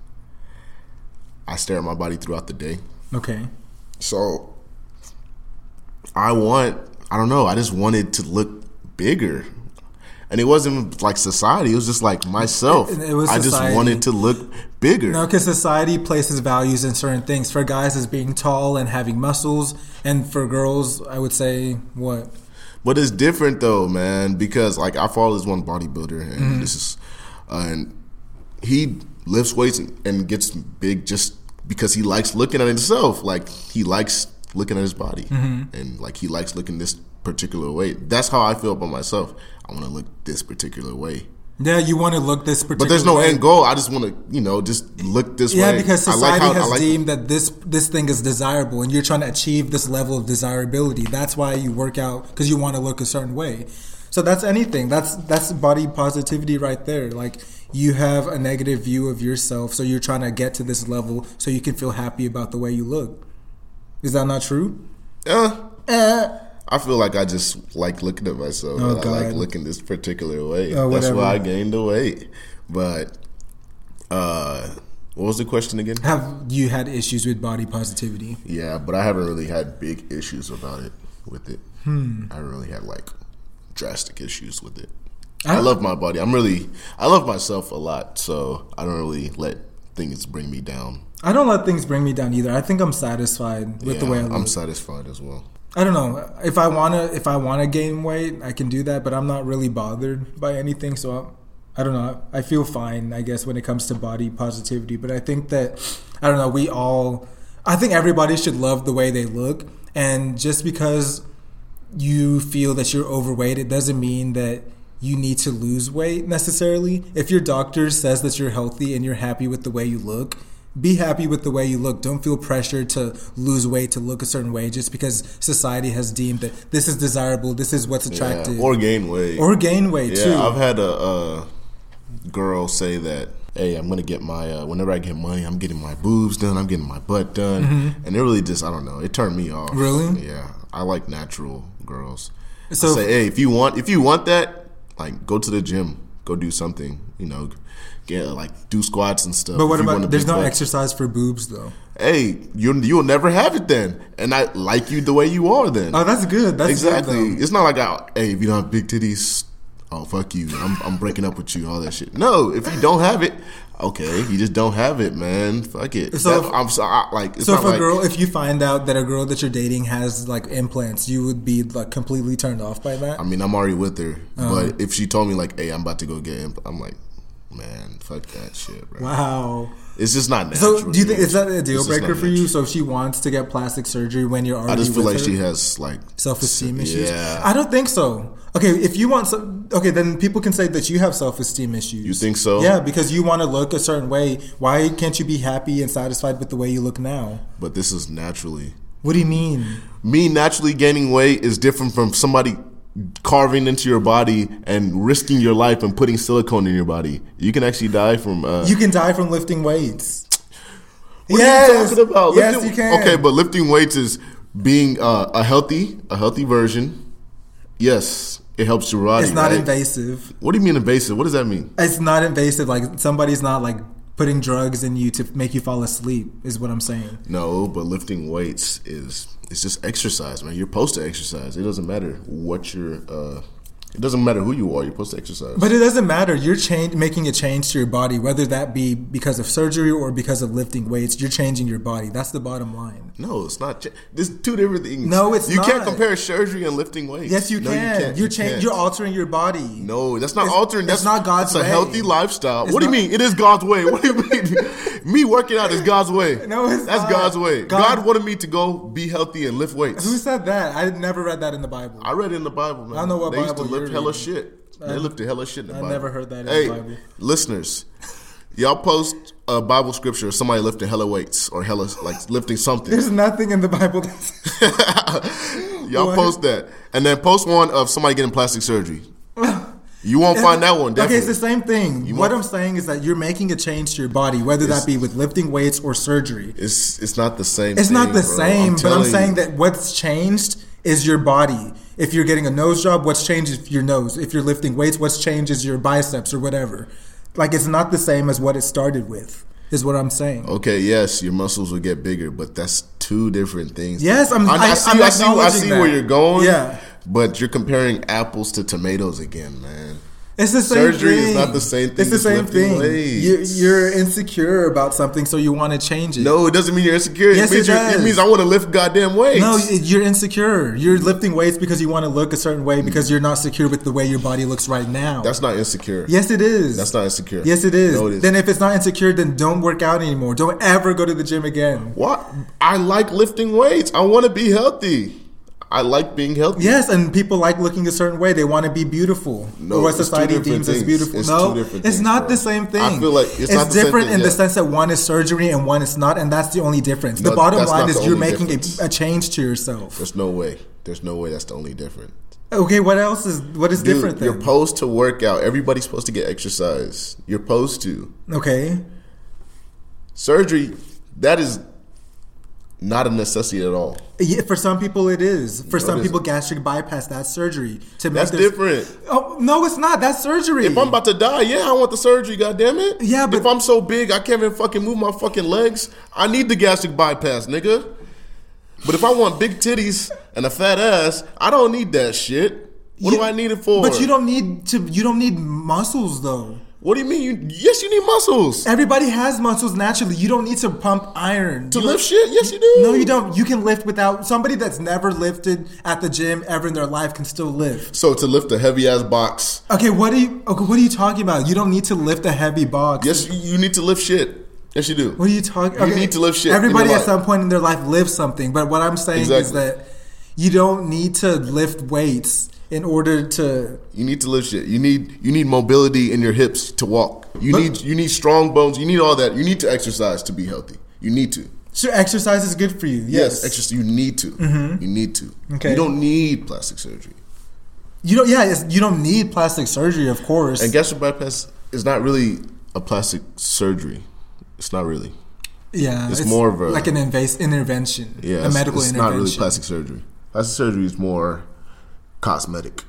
[SPEAKER 2] I stare at my body throughout the day.
[SPEAKER 1] Okay.
[SPEAKER 2] So I want, I don't know, I just wanted to look bigger. And it wasn't like society, it was just like myself.
[SPEAKER 1] It- it was
[SPEAKER 2] I just
[SPEAKER 1] society.
[SPEAKER 2] wanted to look bigger.
[SPEAKER 1] No, because society places values in certain things. For guys, it's being tall and having muscles, and for girls, I would say what?
[SPEAKER 2] But it's different though, man, because like I follow this one bodybuilder, and
[SPEAKER 1] Mm-hmm.
[SPEAKER 2] this is, uh, and he lifts weights and, and gets big just because he likes looking at himself. Like he likes looking at his body,
[SPEAKER 1] Mm-hmm.
[SPEAKER 2] and like he likes looking this particular way. That's how I feel about myself. I want to look this particular way.
[SPEAKER 1] Yeah, you want to look this particular.
[SPEAKER 2] But there's no
[SPEAKER 1] way.
[SPEAKER 2] end goal. I just want to, you know, just look this
[SPEAKER 1] Yeah,
[SPEAKER 2] way.
[SPEAKER 1] because
[SPEAKER 2] I like
[SPEAKER 1] society
[SPEAKER 2] how- I
[SPEAKER 1] has
[SPEAKER 2] like-
[SPEAKER 1] deemed that this this thing is desirable, and you're trying to achieve this level of desirability. That's why you work out because you want to look a certain way. So that's anything. That's that's body positivity right there. Like you have a negative view of yourself, so you're trying to get to this level so you can feel happy about the way you look. Is that not true?
[SPEAKER 2] Eh,
[SPEAKER 1] Eh.
[SPEAKER 2] I feel like I just like looking at myself.
[SPEAKER 1] Oh,
[SPEAKER 2] and I like
[SPEAKER 1] God.
[SPEAKER 2] looking this particular way.
[SPEAKER 1] Oh,
[SPEAKER 2] That's
[SPEAKER 1] whatever.
[SPEAKER 2] why I gained the weight. But uh, what was the question again?
[SPEAKER 1] Have you had issues with body positivity?
[SPEAKER 2] Yeah, but I haven't really had big issues about it with it.
[SPEAKER 1] Hmm.
[SPEAKER 2] I haven't really had like drastic issues with it. I,
[SPEAKER 1] I-
[SPEAKER 2] love my body. I'm really I love myself a lot, so I don't really let things bring me down.
[SPEAKER 1] I don't let things bring me down either. I think I'm satisfied with the
[SPEAKER 2] Yeah,
[SPEAKER 1] way I look.
[SPEAKER 2] I'm satisfied as well.
[SPEAKER 1] I don't know if I wanna if I wanna gain weight, I can do that, but I'm not really bothered by anything. So I, I don't know. I feel fine, I guess, when it comes to body positivity. But I think that I don't know. We all, I think everybody should love the way they look, and just because you feel that you're overweight, it doesn't mean that you need to lose weight necessarily. If your doctor says that you're healthy and you're happy with the way you look, be happy with the way you look. Don't feel pressured to lose weight to look a certain way just because society has deemed that this is desirable, this is what's
[SPEAKER 2] Yeah,
[SPEAKER 1] attractive.
[SPEAKER 2] or gain weight.
[SPEAKER 1] or, gain weight
[SPEAKER 2] Yeah,
[SPEAKER 1] too.
[SPEAKER 2] I've had a, uh girl say that. Hey, I'm gonna get my. Uh, whenever I get money, I'm getting my boobs done. I'm getting my butt done, and it really just I don't know. It turned me off.
[SPEAKER 1] Mm-hmm. Really?
[SPEAKER 2] Yeah, I like natural girls. So
[SPEAKER 1] So-
[SPEAKER 2] say, hey, if you want, if you want that, like go to the gym, go do something. You know, get uh, like do squats and stuff.
[SPEAKER 1] but what
[SPEAKER 2] if you want a
[SPEAKER 1] about there's
[SPEAKER 2] big
[SPEAKER 1] no
[SPEAKER 2] butt.
[SPEAKER 1] exercise for boobs though?
[SPEAKER 2] Hey, you you'll never have it then, and I like you the way you are then.
[SPEAKER 1] Oh, that's good. That's
[SPEAKER 2] Exactly.
[SPEAKER 1] Good, though.
[SPEAKER 2] it's not like, I, hey, if you don't have big titties, oh fuck you, I'm I'm breaking up with you, all that shit. No, if you don't have it, okay, you just don't have it, man. Fuck it.
[SPEAKER 1] So
[SPEAKER 2] That-
[SPEAKER 1] if-
[SPEAKER 2] I'm so I, like, it's
[SPEAKER 1] So
[SPEAKER 2] not
[SPEAKER 1] if a
[SPEAKER 2] like,
[SPEAKER 1] girl, if you find out that a girl that you're dating has like implants, you would be like completely turned off by that.
[SPEAKER 2] I mean, I'm already with her,
[SPEAKER 1] Uh-huh.
[SPEAKER 2] but if she told me like, hey, I'm about to go get, imp-, I'm like, man, fuck that shit, bro.
[SPEAKER 1] Wow.
[SPEAKER 2] It's just not natural.
[SPEAKER 1] So do you think is that a deal
[SPEAKER 2] It's just
[SPEAKER 1] breaker
[SPEAKER 2] not
[SPEAKER 1] for you?
[SPEAKER 2] natural.
[SPEAKER 1] So if she wants to get plastic surgery when you're already
[SPEAKER 2] I just feel
[SPEAKER 1] with
[SPEAKER 2] like
[SPEAKER 1] her,
[SPEAKER 2] she has like
[SPEAKER 1] self-esteem issues.
[SPEAKER 2] Yeah.
[SPEAKER 1] I don't think so. Okay, if you want some, okay, then people can say that you have self-esteem issues.
[SPEAKER 2] You think so?
[SPEAKER 1] Yeah, because you want to look a certain way. Why can't you be happy and satisfied with the way you look now?
[SPEAKER 2] but this is naturally.
[SPEAKER 1] What do you mean?
[SPEAKER 2] me naturally gaining weight is different from somebody carving into your body and risking your life and putting silicone in your body. You can actually die from. Uh,
[SPEAKER 1] You can die from lifting weights.
[SPEAKER 2] what are you talking about?
[SPEAKER 1] Yes,
[SPEAKER 2] Lifting-
[SPEAKER 1] you can.
[SPEAKER 2] Okay, but lifting weights is being uh, a healthy, a healthy version. Yes, it helps your body.
[SPEAKER 1] it's not
[SPEAKER 2] right?
[SPEAKER 1] invasive.
[SPEAKER 2] What do you mean invasive? What does that mean?
[SPEAKER 1] It's not invasive. Like somebody's not like putting drugs in you to make you fall asleep. Is what I'm saying.
[SPEAKER 2] No, but lifting weights is it's just exercise, man. You're supposed to exercise. It doesn't matter what your. Uh, it doesn't matter who you are. You're supposed to exercise.
[SPEAKER 1] But it doesn't matter. You're change, making a change to your body, whether that be because of surgery or because of lifting weights. You're changing your body. That's the bottom line.
[SPEAKER 2] No, it's not. Ch- There's two different things.
[SPEAKER 1] No, it's
[SPEAKER 2] you can't
[SPEAKER 1] not.
[SPEAKER 2] compare surgery and lifting weights.
[SPEAKER 1] Yes, you
[SPEAKER 2] No,
[SPEAKER 1] can. You are
[SPEAKER 2] change.
[SPEAKER 1] changing. You're altering your body.
[SPEAKER 2] No, that's not
[SPEAKER 1] It's-
[SPEAKER 2] altering.
[SPEAKER 1] it's
[SPEAKER 2] That's
[SPEAKER 1] not God's
[SPEAKER 2] It's a
[SPEAKER 1] way.
[SPEAKER 2] healthy lifestyle.
[SPEAKER 1] It's
[SPEAKER 2] what do
[SPEAKER 1] not-
[SPEAKER 2] you mean? It is God's way. What do you mean? me working out is God's way.
[SPEAKER 1] No, it's
[SPEAKER 2] that's
[SPEAKER 1] not.
[SPEAKER 2] God's way.
[SPEAKER 1] God-
[SPEAKER 2] God, wanted me to go be healthy and lift weights.
[SPEAKER 1] Who said that? I never read that in the Bible.
[SPEAKER 2] I read it in the Bible, man.
[SPEAKER 1] I don't know what
[SPEAKER 2] they used to
[SPEAKER 1] Bible you're
[SPEAKER 2] lift hella
[SPEAKER 1] reading.
[SPEAKER 2] shit. They lifted hella shit in the
[SPEAKER 1] I
[SPEAKER 2] Bible.
[SPEAKER 1] never heard that in the
[SPEAKER 2] hey,
[SPEAKER 1] Bible.
[SPEAKER 2] listeners, y'all post a Bible scripture of somebody lifting hella weights or hella like lifting something.
[SPEAKER 1] There's nothing in the Bible. That's,
[SPEAKER 2] Y'all
[SPEAKER 1] What?
[SPEAKER 2] post that, and then post one of somebody getting plastic surgery. You won't find that one.
[SPEAKER 1] Okay,
[SPEAKER 2] Definitely.
[SPEAKER 1] it's the same thing. what
[SPEAKER 2] won't-
[SPEAKER 1] I'm saying is that you're making a change to your body, whether that
[SPEAKER 2] It's-
[SPEAKER 1] be with lifting weights or surgery.
[SPEAKER 2] it's it's not the same.
[SPEAKER 1] It's not
[SPEAKER 2] thing,
[SPEAKER 1] the
[SPEAKER 2] bro.
[SPEAKER 1] same, but I'm
[SPEAKER 2] telling
[SPEAKER 1] saying
[SPEAKER 2] you.
[SPEAKER 1] that what's changed is your body. If you're getting a nose job, what's changed is your nose. If you're lifting weights, what's changed is your biceps or whatever. Like it's not the same as what it started with, is what I'm saying.
[SPEAKER 2] Oh, Okay, yes, your muscles will get bigger, but that's two different things.
[SPEAKER 1] Yes, I'm-
[SPEAKER 2] I,
[SPEAKER 1] I-
[SPEAKER 2] I see.
[SPEAKER 1] I'm
[SPEAKER 2] I see. I see
[SPEAKER 1] acknowledging
[SPEAKER 2] where
[SPEAKER 1] that.
[SPEAKER 2] you're going.
[SPEAKER 1] Yeah.
[SPEAKER 2] but you're comparing apples to tomatoes again, man.
[SPEAKER 1] It's the same
[SPEAKER 2] Surgery
[SPEAKER 1] thing.
[SPEAKER 2] is not the same thing
[SPEAKER 1] It's the
[SPEAKER 2] as
[SPEAKER 1] same
[SPEAKER 2] lifting
[SPEAKER 1] thing. You,
[SPEAKER 2] weights.
[SPEAKER 1] you're insecure about something, so you want to change it.
[SPEAKER 2] No, it doesn't mean you're insecure.
[SPEAKER 1] Yes,
[SPEAKER 2] it means
[SPEAKER 1] it
[SPEAKER 2] you're-
[SPEAKER 1] does.
[SPEAKER 2] means I want to lift goddamn weights.
[SPEAKER 1] No, y- you're insecure. You're lifting weights because you want to look a certain way because you're not secure with the way your body looks right now.
[SPEAKER 2] that's not insecure.
[SPEAKER 1] yes, it is.
[SPEAKER 2] that's not insecure.
[SPEAKER 1] Yes, it is.
[SPEAKER 2] No, it isn't.
[SPEAKER 1] Then if it's not insecure, then don't work out anymore. Don't ever go to the gym again.
[SPEAKER 2] What? I like lifting weights. I want to be healthy. I like being healthy.
[SPEAKER 1] Yes, and people like looking a certain way. They want to be beautiful.
[SPEAKER 2] No,
[SPEAKER 1] or what
[SPEAKER 2] it's two
[SPEAKER 1] society
[SPEAKER 2] different
[SPEAKER 1] deems as
[SPEAKER 2] things.
[SPEAKER 1] beautiful.
[SPEAKER 2] It's
[SPEAKER 1] no,
[SPEAKER 2] two different
[SPEAKER 1] it's
[SPEAKER 2] things,
[SPEAKER 1] not
[SPEAKER 2] bro.
[SPEAKER 1] the same thing.
[SPEAKER 2] I feel like it's not the same
[SPEAKER 1] different
[SPEAKER 2] thing,
[SPEAKER 1] in the
[SPEAKER 2] yeah.
[SPEAKER 1] sense that one is surgery and one is not, and that's the only difference. the
[SPEAKER 2] No,
[SPEAKER 1] bottom
[SPEAKER 2] that's
[SPEAKER 1] line
[SPEAKER 2] not
[SPEAKER 1] is
[SPEAKER 2] the
[SPEAKER 1] you're
[SPEAKER 2] only
[SPEAKER 1] making
[SPEAKER 2] difference.
[SPEAKER 1] a, a change to yourself.
[SPEAKER 2] There's no way. There's no way. That's the only difference.
[SPEAKER 1] Okay, what else is what is
[SPEAKER 2] Dude,
[SPEAKER 1] different
[SPEAKER 2] You're
[SPEAKER 1] then?
[SPEAKER 2] supposed to work out. Everybody's supposed to get exercise. You're supposed to.
[SPEAKER 1] okay,
[SPEAKER 2] Surgery, that is not a necessity at all.
[SPEAKER 1] Yeah, for some people it is. For
[SPEAKER 2] No,
[SPEAKER 1] some
[SPEAKER 2] it
[SPEAKER 1] people,
[SPEAKER 2] isn't.
[SPEAKER 1] gastric bypass that's surgery. To make
[SPEAKER 2] That's
[SPEAKER 1] their-
[SPEAKER 2] different.
[SPEAKER 1] Oh no, it's not. That's surgery.
[SPEAKER 2] If I'm about to die, yeah, I want the surgery, God damn it.
[SPEAKER 1] Yeah, but-
[SPEAKER 2] if I'm so big I can't even fucking move my fucking legs, I need the gastric bypass, nigga. But if I want big titties and a fat ass, I don't need that shit. What
[SPEAKER 1] You-
[SPEAKER 2] do I need it for?
[SPEAKER 1] but you don't need to. You don't need muscles though.
[SPEAKER 2] What do you mean? You, yes, you need muscles
[SPEAKER 1] Everybody has muscles naturally. You don't need to pump iron
[SPEAKER 2] to
[SPEAKER 1] You-
[SPEAKER 2] lift shit. Yes, you do.
[SPEAKER 1] No, you don't. You can lift without somebody that's never lifted at the gym ever in their life can still lift.
[SPEAKER 2] So to lift a heavy ass box,
[SPEAKER 1] Okay, what are you? Okay, what are you talking about? You don't need to lift a heavy box.
[SPEAKER 2] yes, you you need to lift shit. Yes, you do.
[SPEAKER 1] What are you talking?
[SPEAKER 2] You need to live shit in
[SPEAKER 1] Everybody
[SPEAKER 2] your
[SPEAKER 1] at
[SPEAKER 2] life.
[SPEAKER 1] some point in their life lives something, but what I'm saying is
[SPEAKER 2] Exactly.
[SPEAKER 1] that you don't need to lift weights in order to.
[SPEAKER 2] You need to lift shit. You need you need mobility in your hips to walk. You
[SPEAKER 1] But-
[SPEAKER 2] need you need strong bones. You need all that. You need to exercise to be healthy. You need to.
[SPEAKER 1] So exercise is good for you. Yes. Mm-hmm.
[SPEAKER 2] Yes, exercise. You need to. You need to.
[SPEAKER 1] Okay.
[SPEAKER 2] You don't need plastic surgery.
[SPEAKER 1] you don't. Yeah. It's, you don't need plastic surgery, of course.
[SPEAKER 2] And gastric bypass is not really a plastic surgery. It's not really.
[SPEAKER 1] yeah.
[SPEAKER 2] it's more of a-
[SPEAKER 1] like an invas- intervention.
[SPEAKER 2] Yeah,
[SPEAKER 1] A
[SPEAKER 2] it's,
[SPEAKER 1] medical
[SPEAKER 2] it's
[SPEAKER 1] intervention.
[SPEAKER 2] not really plastic surgery. Plastic surgery is more cosmetic,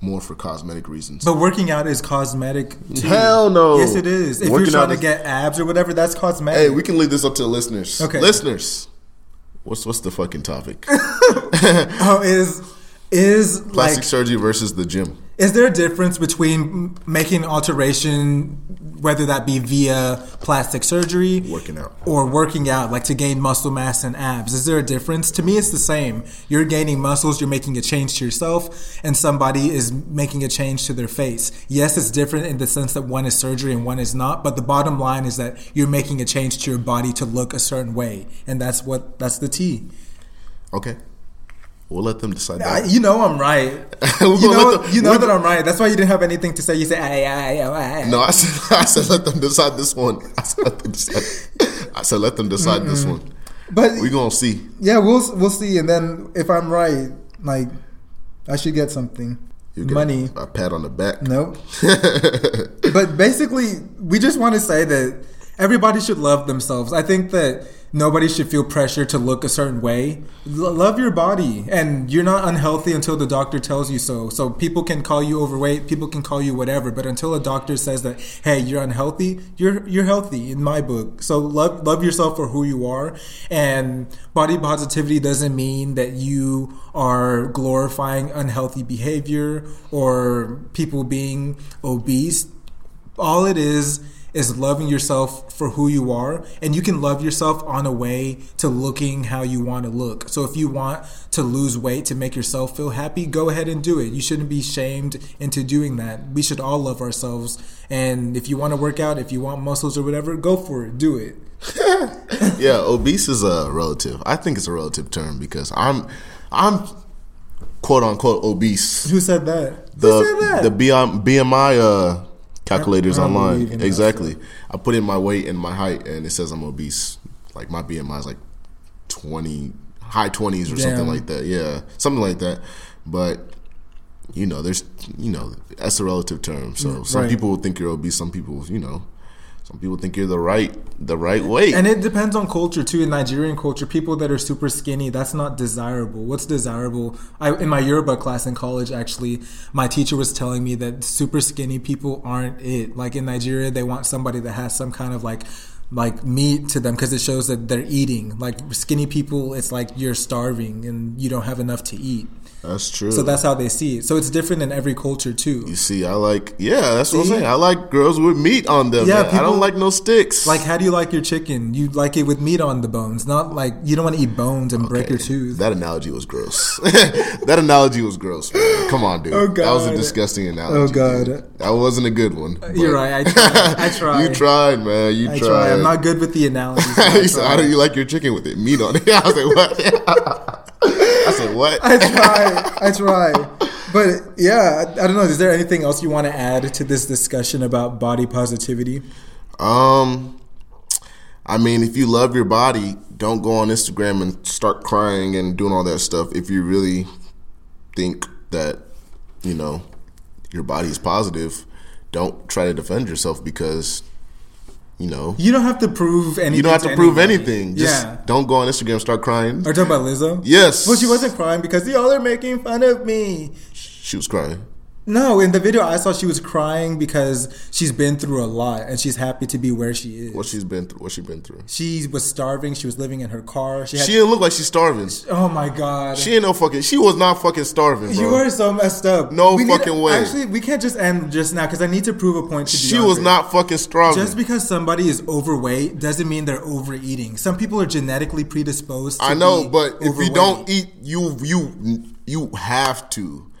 [SPEAKER 2] more for cosmetic reasons.
[SPEAKER 1] But working out is cosmetic. Too.
[SPEAKER 2] Hell no.
[SPEAKER 1] Yes, it is. If
[SPEAKER 2] Working
[SPEAKER 1] you're trying
[SPEAKER 2] out
[SPEAKER 1] to
[SPEAKER 2] is-
[SPEAKER 1] get abs or whatever, that's cosmetic.
[SPEAKER 2] Hey, we can leave this up to the listeners.
[SPEAKER 1] Okay.
[SPEAKER 2] Listeners, what's what's the fucking topic?
[SPEAKER 1] oh, is is
[SPEAKER 2] Plastic
[SPEAKER 1] like
[SPEAKER 2] surgery versus the gym.
[SPEAKER 1] Is there a difference between m- making alteration, whether that be via plastic surgery,
[SPEAKER 2] Working out.
[SPEAKER 1] or working out, like to gain muscle mass and abs? Is there a difference? To me, it's the same. You're gaining muscles, you're making a change to yourself, and somebody is making a change to their face. Yes, it's different in the sense that one is surgery and one is not, but the bottom line is that you're making a change to your body to look a certain way, and that's what that's the T.
[SPEAKER 2] Okay. We'll let them decide
[SPEAKER 1] I,
[SPEAKER 2] that.
[SPEAKER 1] you know I'm right.
[SPEAKER 2] We're
[SPEAKER 1] You
[SPEAKER 2] gonna
[SPEAKER 1] know,
[SPEAKER 2] let them-
[SPEAKER 1] you know
[SPEAKER 2] we're-
[SPEAKER 1] that I'm right. That's why you didn't have anything to say. You said, "Ay, ay, ay, ay."
[SPEAKER 2] No, I said, I said let them decide this one. I said let them decide, I said, let them decide this one.
[SPEAKER 1] But
[SPEAKER 2] We're going to see.
[SPEAKER 1] yeah, we'll we'll see. And then if I'm right, like I should get something,
[SPEAKER 2] You get
[SPEAKER 1] money.
[SPEAKER 2] A, pat on the back.
[SPEAKER 1] Nope. but basically, we just want to say that everybody should love themselves. I think that nobody should feel pressure to look a certain way. L- love your body, and you're not unhealthy until the doctor tells you so. So people can call you overweight, people can call you whatever, but until a doctor says that, hey, you're unhealthy, you're you're healthy in my book. So love love yourself for who you are, and body positivity doesn't mean that you are glorifying unhealthy behavior or people being obese all it is is loving yourself for who you are and you can love yourself on a way to looking how you want to look so if you want to lose weight to make yourself feel happy go ahead and do it you shouldn't be shamed into doing that we should all love ourselves and if you want to work out if you want muscles or whatever go for it do it
[SPEAKER 2] Yeah, obese is a relative. I think it's a relative term because I'm I'm quote unquote obese.
[SPEAKER 1] who said that who said
[SPEAKER 2] The
[SPEAKER 1] that
[SPEAKER 2] the BM BMI uh, calculators
[SPEAKER 1] I don't believe in
[SPEAKER 2] online.
[SPEAKER 1] that
[SPEAKER 2] Exactly. I put in my weight and my height and it says I'm obese. Like my BMI is like 20 high 20s or
[SPEAKER 1] Damn.
[SPEAKER 2] something like that. Yeah. Something like that. But you know, there's you know, that's a relative term. So some
[SPEAKER 1] Mm, right.
[SPEAKER 2] people will think you're obese, some people, you know, some people think you're the right the right weight.
[SPEAKER 1] and it depends on culture too. In Nigerian culture, people that are super skinny, that's not desirable. What's desirable? I, in my Yoruba class in college, actually, my teacher was telling me that super skinny people aren't it. Like in Nigeria, they want somebody that has some kind of like like meat to them because it shows that they're eating. Like skinny people, it's like you're starving and you don't have enough to eat.
[SPEAKER 2] That's true.
[SPEAKER 1] So that's how they see it. So it's different in every culture too.
[SPEAKER 2] You see, I like yeah, that's what I'm saying. I like girls with meat on them.
[SPEAKER 1] Yeah,
[SPEAKER 2] man. I
[SPEAKER 1] people-
[SPEAKER 2] don't like no sticks.
[SPEAKER 1] Like how do you like your chicken? You like it with meat on the bones, not like you don't want to eat bones and break your tooth.
[SPEAKER 2] That analogy was gross. that analogy was gross. Man. Come on, dude.
[SPEAKER 1] Oh,
[SPEAKER 2] That was a
[SPEAKER 1] God.
[SPEAKER 2] disgusting analogy.
[SPEAKER 1] Oh, God.
[SPEAKER 2] dude. That wasn't a good one.
[SPEAKER 1] You're
[SPEAKER 2] but-
[SPEAKER 1] right. I tried. I tried.
[SPEAKER 2] You tried, man. You
[SPEAKER 1] I
[SPEAKER 2] tried.
[SPEAKER 1] tried. I'm not good with the analogies. but I
[SPEAKER 2] he said, "How do
[SPEAKER 1] tried.
[SPEAKER 2] you like your chicken with it? Meat on it?" I was like, "What?" I said, "What?"
[SPEAKER 1] I try. I try. But yeah, I I don't know. Is there anything else you want to add to this discussion about body positivity?
[SPEAKER 2] Um, I mean, if you love your body, don't go on Instagram and start crying and doing all that stuff. If you really think that you know your body is positive, don't try to defend yourself because you know
[SPEAKER 1] You don't have to prove anything.
[SPEAKER 2] you don't have to prove
[SPEAKER 1] anybody.
[SPEAKER 2] anything. Just
[SPEAKER 1] yeah.
[SPEAKER 2] don't go on Instagram and start crying.
[SPEAKER 1] Are you talking about Lizzo?
[SPEAKER 2] Yes.
[SPEAKER 1] Well, she wasn't crying because y'all are making fun of me.
[SPEAKER 2] She was crying.
[SPEAKER 1] No, in the video I saw she was crying because she's been through a lot and she's happy to be where she is.
[SPEAKER 2] What she's been through. What she's been through.
[SPEAKER 1] she was starving. She was living in her car. She had.
[SPEAKER 2] She didn't look like she's starving.
[SPEAKER 1] oh my god.
[SPEAKER 2] She ain't no fucking. She was not fucking starving, bro.
[SPEAKER 1] you are so messed up.
[SPEAKER 2] No
[SPEAKER 1] need-
[SPEAKER 2] fucking way.
[SPEAKER 1] Actually, we can't just end just now because I need to prove a point to
[SPEAKER 2] she was
[SPEAKER 1] DeAndre.
[SPEAKER 2] not fucking starving.
[SPEAKER 1] Just because somebody is overweight doesn't mean they're overeating. Some people are genetically predisposed. to
[SPEAKER 2] I know,
[SPEAKER 1] be
[SPEAKER 2] but if you
[SPEAKER 1] overweight.
[SPEAKER 2] don't eat, you you you have to. get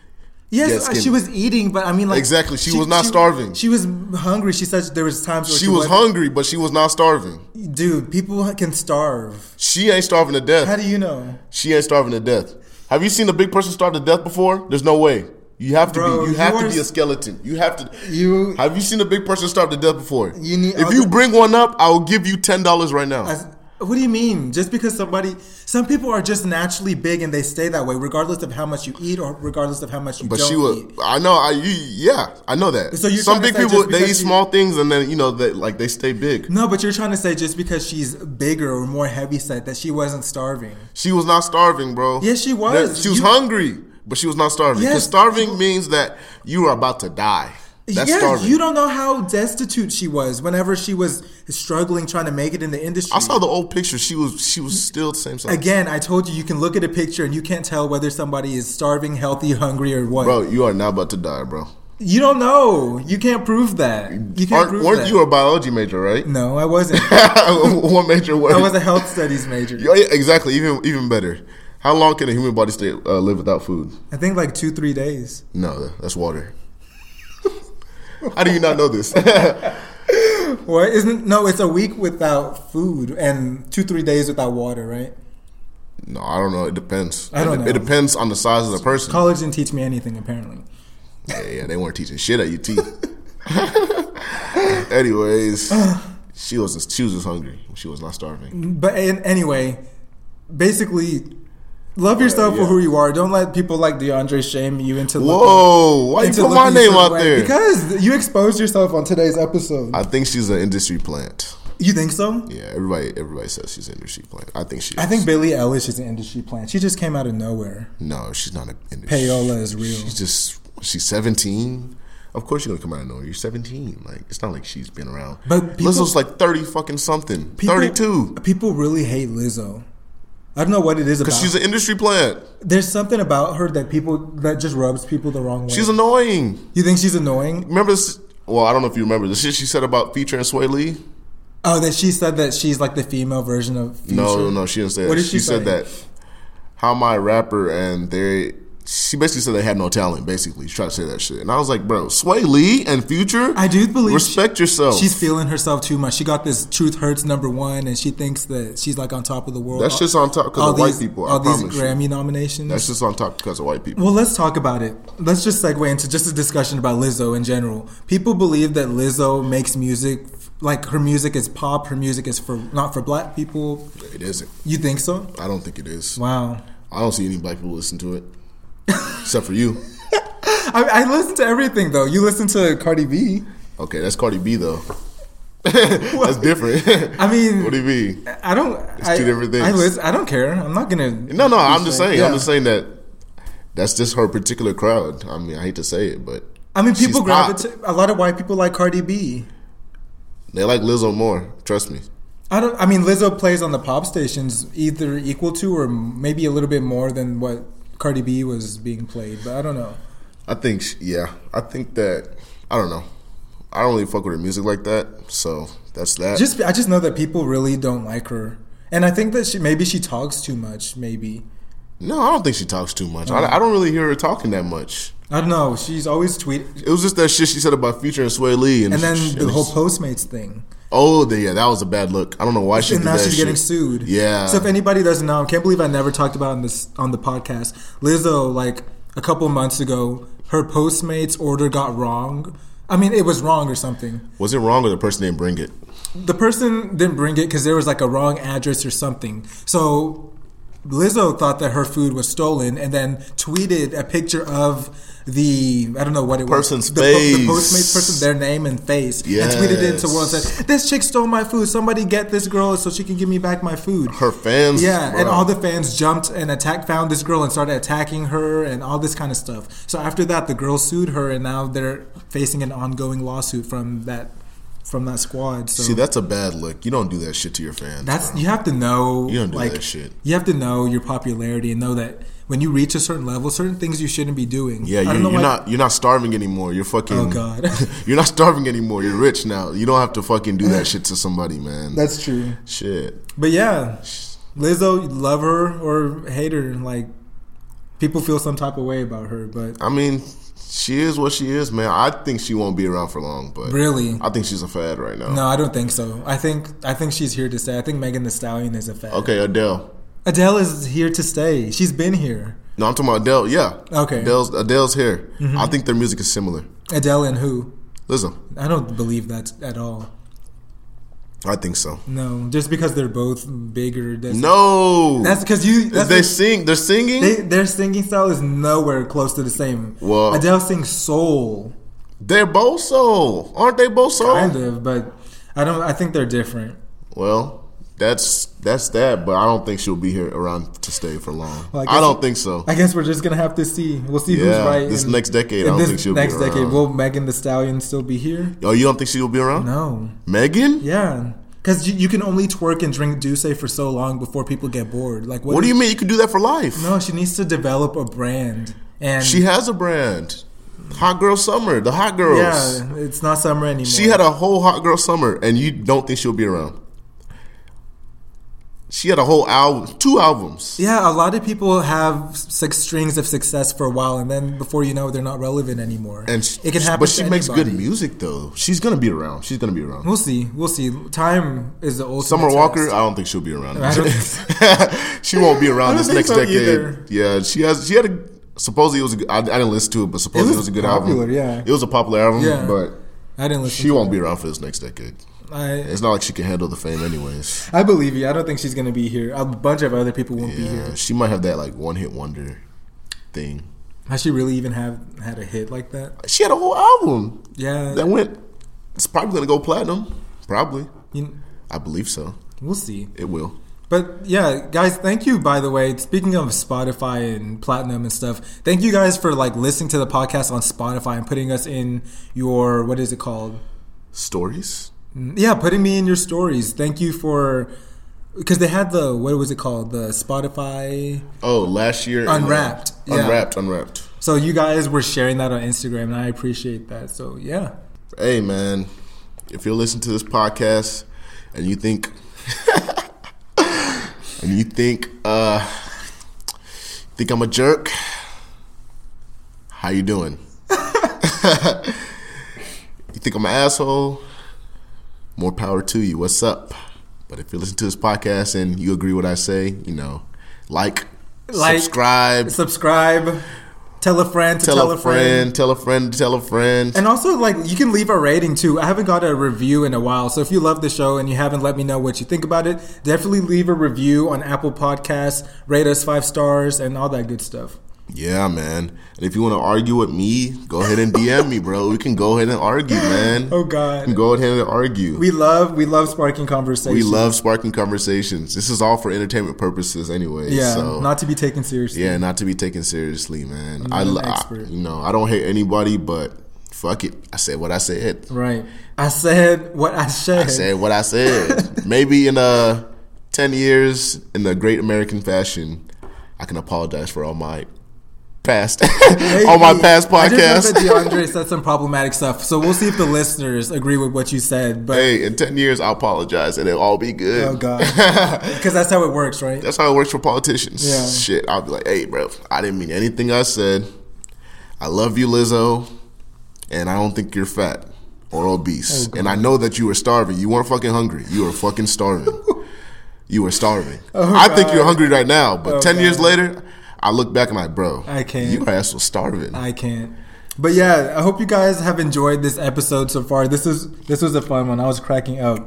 [SPEAKER 1] yes, uh,
[SPEAKER 2] skinny.
[SPEAKER 1] she was eating, but I mean, like
[SPEAKER 2] Exactly, she was not starving.
[SPEAKER 1] She was hungry. She said there was times where
[SPEAKER 2] She was
[SPEAKER 1] wasn't-
[SPEAKER 2] hungry, but she was not starving.
[SPEAKER 1] Dude, people can starve.
[SPEAKER 2] She ain't starving to
[SPEAKER 1] How
[SPEAKER 2] death.
[SPEAKER 1] do you know,
[SPEAKER 2] She ain't starving to death. Have you seen a big person starve to death before? There's no way. You have to
[SPEAKER 1] Bro,
[SPEAKER 2] be. You have to
[SPEAKER 1] yours-
[SPEAKER 2] be a skeleton. You have to.
[SPEAKER 1] You-
[SPEAKER 2] have you seen a big person starve to death before?
[SPEAKER 1] You need-
[SPEAKER 2] If you bring one up, I will give you ten dollars right now.
[SPEAKER 1] As- what do you mean? Just because somebody, some people are just naturally big and they stay that way, regardless of how much you eat or regardless of how much you
[SPEAKER 2] But
[SPEAKER 1] don't
[SPEAKER 2] she was.
[SPEAKER 1] eat.
[SPEAKER 2] I know. I you, yeah. I know that.
[SPEAKER 1] So you're trying
[SPEAKER 2] Some big
[SPEAKER 1] to say
[SPEAKER 2] people
[SPEAKER 1] just
[SPEAKER 2] they
[SPEAKER 1] because
[SPEAKER 2] eat
[SPEAKER 1] she-
[SPEAKER 2] small things and then you know they like they stay big.
[SPEAKER 1] No, but you're trying to say just because she's bigger or more heavy set that she wasn't starving.
[SPEAKER 2] She was not starving, bro.
[SPEAKER 1] Yes, she was.
[SPEAKER 2] That- she was
[SPEAKER 1] You-
[SPEAKER 2] hungry, but she was not starving. Because
[SPEAKER 1] Yes.
[SPEAKER 2] starving means that you are about to die. That's
[SPEAKER 1] yeah,
[SPEAKER 2] starving.
[SPEAKER 1] you don't know how destitute she was whenever she was struggling trying to make it in the industry.
[SPEAKER 2] I saw the old picture. She was she was still the same size.
[SPEAKER 1] Again, I told you you can look at a picture and you can't tell whether somebody is starving, healthy, hungry, or what.
[SPEAKER 2] Bro, you are not about to die, bro.
[SPEAKER 1] You don't know. You can't prove that. You can't
[SPEAKER 2] Aren't,
[SPEAKER 1] prove
[SPEAKER 2] weren't
[SPEAKER 1] that.
[SPEAKER 2] you a biology major, right?
[SPEAKER 1] no, I wasn't.
[SPEAKER 2] what major were
[SPEAKER 1] I
[SPEAKER 2] you?
[SPEAKER 1] was a health studies major.
[SPEAKER 2] Yeah, yeah, exactly. Even even better. How long can a human body stay uh, live without food?
[SPEAKER 1] I think like two, three days.
[SPEAKER 2] No, that's water. How do you not know this?
[SPEAKER 1] What isn't? No, it's a week without food and two, three days without water. Right?
[SPEAKER 2] no, I don't know. It depends.
[SPEAKER 1] I don't
[SPEAKER 2] it,
[SPEAKER 1] know.
[SPEAKER 2] it depends on the size of the person.
[SPEAKER 1] College didn't teach me anything apparently.
[SPEAKER 2] Yeah, yeah, they weren't teaching shit at UT. Anyways, she was just, she was just hungry. She was not starving.
[SPEAKER 1] But an anyway, basically, love yourself
[SPEAKER 2] yeah.
[SPEAKER 1] for who you are. Don't let people like DeAndre shame you into looking.
[SPEAKER 2] Whoa! Why you
[SPEAKER 1] into
[SPEAKER 2] put my
[SPEAKER 1] looking a
[SPEAKER 2] name
[SPEAKER 1] certain
[SPEAKER 2] out
[SPEAKER 1] way.
[SPEAKER 2] there?
[SPEAKER 1] Because you exposed yourself on today's episode.
[SPEAKER 2] I think she's an industry plant.
[SPEAKER 1] you think so?
[SPEAKER 2] Yeah, everybody everybody says she's an industry plant. I think she. Is.
[SPEAKER 1] I think Billie Eilish is an industry plant. She just came out of nowhere.
[SPEAKER 2] no, she's not an industry.
[SPEAKER 1] Payola is real.
[SPEAKER 2] She's just she's seventeen. Of course you're gonna come out of nowhere. You're seventeen. Like it's not like she's been around.
[SPEAKER 1] But people-
[SPEAKER 2] Lizzo's like thirty fucking something.
[SPEAKER 1] People-
[SPEAKER 2] Thirty-two.
[SPEAKER 1] People really hate Lizzo. I don't know what it is about.
[SPEAKER 2] Because she's an industry plant.
[SPEAKER 1] There's something about her that people that just rubs people the wrong way.
[SPEAKER 2] She's annoying.
[SPEAKER 1] you think she's annoying?
[SPEAKER 2] Remember this? Well, I don't know if you remember the shit she said about Future and Sway Lee.
[SPEAKER 1] Oh, that she said that she's like the female version of Future.
[SPEAKER 2] No, no, she didn't say that.
[SPEAKER 1] What did she
[SPEAKER 2] she said
[SPEAKER 1] say?
[SPEAKER 2] that how my rapper and they. She basically said they had no talent. Basically, she tried to say that shit, and I was like, bro, Sway Lee and Future.
[SPEAKER 1] I do believe
[SPEAKER 2] Respect yourself.
[SPEAKER 1] She's feeling herself too much. She got this "Truth Hurts" number one, and she thinks that she's like on top of the world.
[SPEAKER 2] That's just on top 'cause
[SPEAKER 1] All
[SPEAKER 2] of white
[SPEAKER 1] these-
[SPEAKER 2] people, I
[SPEAKER 1] all these
[SPEAKER 2] promise you.
[SPEAKER 1] Grammy nominations.
[SPEAKER 2] That's just on top because of white people.
[SPEAKER 1] well, let's talk about it. Let's just segue into just a discussion about Lizzo in general. People believe that Lizzo makes music like her music is pop. Her music is for not for black people.
[SPEAKER 2] it isn't.
[SPEAKER 1] You think so?
[SPEAKER 2] I don't think it is.
[SPEAKER 1] Wow.
[SPEAKER 2] I don't see any black people listen to it, except for you.
[SPEAKER 1] I, I listen to everything though. You listen to Cardi B.
[SPEAKER 2] Okay, that's Cardi B though. that's different.
[SPEAKER 1] I mean,
[SPEAKER 2] what do you mean?
[SPEAKER 1] I don't. I,
[SPEAKER 2] two different things.
[SPEAKER 1] I, listen, I don't care. I'm not gonna.
[SPEAKER 2] No, no, I'm just saying.
[SPEAKER 1] Yeah.
[SPEAKER 2] I'm just saying that that's just her particular crowd. I mean, I hate to say it, but
[SPEAKER 1] I mean,
[SPEAKER 2] she's
[SPEAKER 1] people
[SPEAKER 2] pop.
[SPEAKER 1] gravitate. A lot of white people like Cardi B.
[SPEAKER 2] They like Lizzo more. Trust me.
[SPEAKER 1] I don't. I mean, Lizzo plays on the pop stations either equal to or maybe a little bit more than what Cardi B was being played, but I don't know.
[SPEAKER 2] I think, sh yeah, I think that I don't know. I don't really fuck with her music like that, so that's that.
[SPEAKER 1] Just I just know that people really don't like her, and I think that she maybe she talks too much. Maybe
[SPEAKER 2] no, I don't think she talks too much.
[SPEAKER 1] Uh-huh.
[SPEAKER 2] I, I don't really hear her talking that much.
[SPEAKER 1] I don't know. She's always tweet,
[SPEAKER 2] It was just that shit she said about Future and Sway Lee, and,
[SPEAKER 1] and then
[SPEAKER 2] she-
[SPEAKER 1] the
[SPEAKER 2] it
[SPEAKER 1] whole
[SPEAKER 2] was-
[SPEAKER 1] Postmates thing.
[SPEAKER 2] oh, the, yeah, that was a bad look. I don't know why she
[SPEAKER 1] and
[SPEAKER 2] did
[SPEAKER 1] now
[SPEAKER 2] that.
[SPEAKER 1] she's
[SPEAKER 2] shit.
[SPEAKER 1] getting sued.
[SPEAKER 2] Yeah.
[SPEAKER 1] So if anybody doesn't know, I can't believe I never talked about in this on the podcast. Lizzo, like a couple months ago, her Postmates order got wrong. I mean, it was wrong or something.
[SPEAKER 2] was it wrong or the person didn't bring it?
[SPEAKER 1] The person didn't bring it because there was like a wrong address or something. So Lizzo thought that her food was stolen and then tweeted a picture of the I don't know what it
[SPEAKER 2] Person's
[SPEAKER 1] was the, po-
[SPEAKER 2] face.
[SPEAKER 1] the Postmates person their name and face and tweeted it to the world and said this chick stole my food somebody get this girl so she can give me back my food
[SPEAKER 2] Her fans,
[SPEAKER 1] yeah, and
[SPEAKER 2] bro.
[SPEAKER 1] all the fans jumped and attacked, found this girl and started attacking her and all this kind of stuff. So after that, the girl sued her, and now they're facing an ongoing lawsuit from that from that squad. So
[SPEAKER 2] See, that's a bad look. You don't do that shit to your fans.
[SPEAKER 1] that's
[SPEAKER 2] bro.
[SPEAKER 1] you have to know.
[SPEAKER 2] You don't do
[SPEAKER 1] like,
[SPEAKER 2] that shit.
[SPEAKER 1] You have to know your popularity and know that when you reach a certain level, certain things you shouldn't be doing.
[SPEAKER 2] yeah.
[SPEAKER 1] I
[SPEAKER 2] You,
[SPEAKER 1] don't
[SPEAKER 2] you're
[SPEAKER 1] know why-
[SPEAKER 2] not you're not starving anymore. You're fucking.
[SPEAKER 1] Oh, God.
[SPEAKER 2] you're not starving anymore. You're rich now. You don't have to fucking do that shit to somebody, man.
[SPEAKER 1] That's true.
[SPEAKER 2] shit.
[SPEAKER 1] But yeah, Lizzo, love her or hate her, like people feel some type of way about her. But
[SPEAKER 2] I mean, she is what she is, man. I think she won't be around for long, but
[SPEAKER 1] really,
[SPEAKER 2] I think she's a fad right now.
[SPEAKER 1] No, I don't think so. I think I think she's here to stay. I think Megan the Stallion is a fact.
[SPEAKER 2] Okay, Adele.
[SPEAKER 1] Adele is here to stay. She's been here.
[SPEAKER 2] No, I'm talking about Adele. Yeah.
[SPEAKER 1] Okay. Mm-hmm.
[SPEAKER 2] Adele's Adele's here. I think their music is similar.
[SPEAKER 1] Adele and who?
[SPEAKER 2] Listen,
[SPEAKER 1] I don't believe that at all.
[SPEAKER 2] I think so.
[SPEAKER 1] No, just because they're both bigger. That's,
[SPEAKER 2] No.
[SPEAKER 1] that's because you. That's
[SPEAKER 2] they sing. They're singing.
[SPEAKER 1] they, their singing style is nowhere close to the same.
[SPEAKER 2] Well-
[SPEAKER 1] Adele sings soul,
[SPEAKER 2] They, are both soul, aren't they? Both soul.
[SPEAKER 1] kind of, but I don't. I think they're different.
[SPEAKER 2] Well, that's that's that. But I don't think she'll be here around to stay for long.
[SPEAKER 1] Well, I
[SPEAKER 2] I,
[SPEAKER 1] guess-
[SPEAKER 2] don't think so.
[SPEAKER 1] I guess we're just gonna have to see. We'll see
[SPEAKER 2] Yeah,
[SPEAKER 1] who's right.
[SPEAKER 2] this
[SPEAKER 1] in-
[SPEAKER 2] next decade, I
[SPEAKER 1] in
[SPEAKER 2] don't
[SPEAKER 1] this
[SPEAKER 2] think she'll be
[SPEAKER 1] next decade,
[SPEAKER 2] around.
[SPEAKER 1] will Megan the Stallion still be here?
[SPEAKER 2] oh, you don't think she'll be around?
[SPEAKER 1] No.
[SPEAKER 2] Megan?
[SPEAKER 1] Yeah, because you, you can only twerk and drink Douce for so long before people get bored. Like,
[SPEAKER 2] What do you mean? You could do that for life.
[SPEAKER 1] No, she needs to develop a brand, and
[SPEAKER 2] She has a brand. Hot Girl Summer, the Hot Girls.
[SPEAKER 1] yeah, it's not summer anymore.
[SPEAKER 2] She had a whole Hot Girl Summer, and you don't think she'll be around. She had a whole album, two albums.
[SPEAKER 1] yeah. A lot of people have six strings of success for a while, and then before you know, it, they're not relevant anymore.
[SPEAKER 2] And sh-
[SPEAKER 1] it can happen.
[SPEAKER 2] But she
[SPEAKER 1] to
[SPEAKER 2] makes
[SPEAKER 1] anybody.
[SPEAKER 2] good music, though. She's gonna be around. She's gonna be around.
[SPEAKER 1] We'll see. We'll see. Time is the ultimate.
[SPEAKER 2] Summer
[SPEAKER 1] test.
[SPEAKER 2] Walker, uh, I don't think she'll be around.
[SPEAKER 1] I
[SPEAKER 2] she won't be
[SPEAKER 1] I
[SPEAKER 2] around
[SPEAKER 1] don't
[SPEAKER 2] this
[SPEAKER 1] think
[SPEAKER 2] next
[SPEAKER 1] so
[SPEAKER 2] decade.
[SPEAKER 1] either.
[SPEAKER 2] Yeah, she has. She had a. Supposedly it was. A, good- I, I didn't listen to it, but supposedly it
[SPEAKER 1] was
[SPEAKER 2] was, a good
[SPEAKER 1] popular,
[SPEAKER 2] album.
[SPEAKER 1] yeah.
[SPEAKER 2] it was a popular album.
[SPEAKER 1] Yeah.
[SPEAKER 2] but
[SPEAKER 1] I didn't listen.
[SPEAKER 2] she won't be around for this next decade.
[SPEAKER 1] I
[SPEAKER 2] It's not like she can handle the fame, anyways.
[SPEAKER 1] I believe you. I don't think she's gonna be here. A bunch of other people won't be here.
[SPEAKER 2] Yeah, she might have that like one hit wonder thing.
[SPEAKER 1] Has she really even have had a hit like that?
[SPEAKER 2] She had a whole album
[SPEAKER 1] Yeah.
[SPEAKER 2] that went. It's probably gonna go platinum. Probably,
[SPEAKER 1] you-
[SPEAKER 2] I believe so.
[SPEAKER 1] we'll see.
[SPEAKER 2] It will.
[SPEAKER 1] But yeah, guys, thank you. By the way, speaking of Spotify and platinum and stuff, thank you guys for like listening to the podcast on Spotify and putting us in your what is it called?
[SPEAKER 2] Stories.
[SPEAKER 1] Yeah, putting me in your stories. Thank you for because they had the what was it called the Spotify
[SPEAKER 2] Oh, last year.
[SPEAKER 1] Unwrapped, yeah.
[SPEAKER 2] Unwrapped. Unwrapped.
[SPEAKER 1] so you guys were sharing that on Instagram and I appreciate that. So yeah,
[SPEAKER 2] hey man, if you're listening to this podcast and you think and you think uh think I'm a jerk, how you doing? you think I'm an asshole? More power to you. What's up? But if you listen to this podcast and you agree with what I say, you know, like,
[SPEAKER 1] Like,
[SPEAKER 2] subscribe,
[SPEAKER 1] subscribe, tell a friend to
[SPEAKER 2] tell, a friend, tell a friend, tell a friend.
[SPEAKER 1] And also, like, you can leave a rating too. I haven't got a review in a while. So if you love the show and you haven't let me know what you think about it, definitely leave a review on Apple Podcasts, rate us five stars, and all that good stuff.
[SPEAKER 2] Yeah, man. And if you want to argue with me, go ahead and DM me, bro. We can go ahead and argue, man.
[SPEAKER 1] Oh,
[SPEAKER 2] We can
[SPEAKER 1] God.
[SPEAKER 2] go ahead and argue. We,
[SPEAKER 1] We love, we love sparking conversation.
[SPEAKER 2] love sparking conversations. This is all for entertainment purposes, anyway.
[SPEAKER 1] Yeah,
[SPEAKER 2] So,
[SPEAKER 1] not to be taken seriously.
[SPEAKER 2] yeah, not to be taken seriously, man.
[SPEAKER 1] not
[SPEAKER 2] I,
[SPEAKER 1] an
[SPEAKER 2] I,
[SPEAKER 1] expert.
[SPEAKER 2] you know, I don't hate anybody, but fuck it. I said what I said.
[SPEAKER 1] Right. I said what I said.
[SPEAKER 2] I said what I said. Maybe in uh ten years, in the great American fashion, I can apologize for all my past, all my past
[SPEAKER 1] I just
[SPEAKER 2] podcasts.
[SPEAKER 1] know that DeAndre said some problematic stuff, so we'll see if the listeners agree with what you said. But
[SPEAKER 2] hey, in ten years, I'll apologize and it'll all be good.
[SPEAKER 1] oh god, because that's how it works, right?
[SPEAKER 2] That's how it works for politicians.
[SPEAKER 1] Yeah.
[SPEAKER 2] Shit, I'll be like, hey, bro, I didn't mean anything I said. I love you, Lizzo, and I don't think you're fat or obese.
[SPEAKER 1] Oh,
[SPEAKER 2] and I know that you were starving. You weren't fucking hungry. You were fucking starving. you were starving. I think you're hungry right now, but 10 years
[SPEAKER 1] Oh, God.
[SPEAKER 2] later, I look back and I'm like, bro,
[SPEAKER 1] I can't.
[SPEAKER 2] Your ass was starving.
[SPEAKER 1] I can't. But yeah, I hope you guys have enjoyed this episode so far. This is this was a fun one. I was cracking up.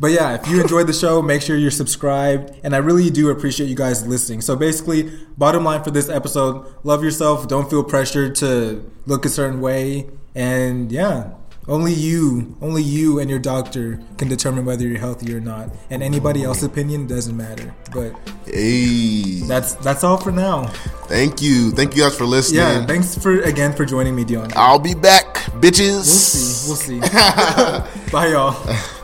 [SPEAKER 1] But yeah, if you enjoyed the show, make sure you're subscribed. And I really do appreciate you guys listening. So basically, bottom line for this episode, love yourself. Don't feel pressured to look a certain way. And yeah, only you, only you and your doctor can determine whether you're healthy or not. And anybody else's opinion doesn't matter. But
[SPEAKER 2] hey,
[SPEAKER 1] that's that's all for now.
[SPEAKER 2] thank you. Thank you guys for listening.
[SPEAKER 1] Yeah, thanks for again for joining me, Dion.
[SPEAKER 2] I'll be back, bitches.
[SPEAKER 1] We'll see. We'll see. Bye, y'all.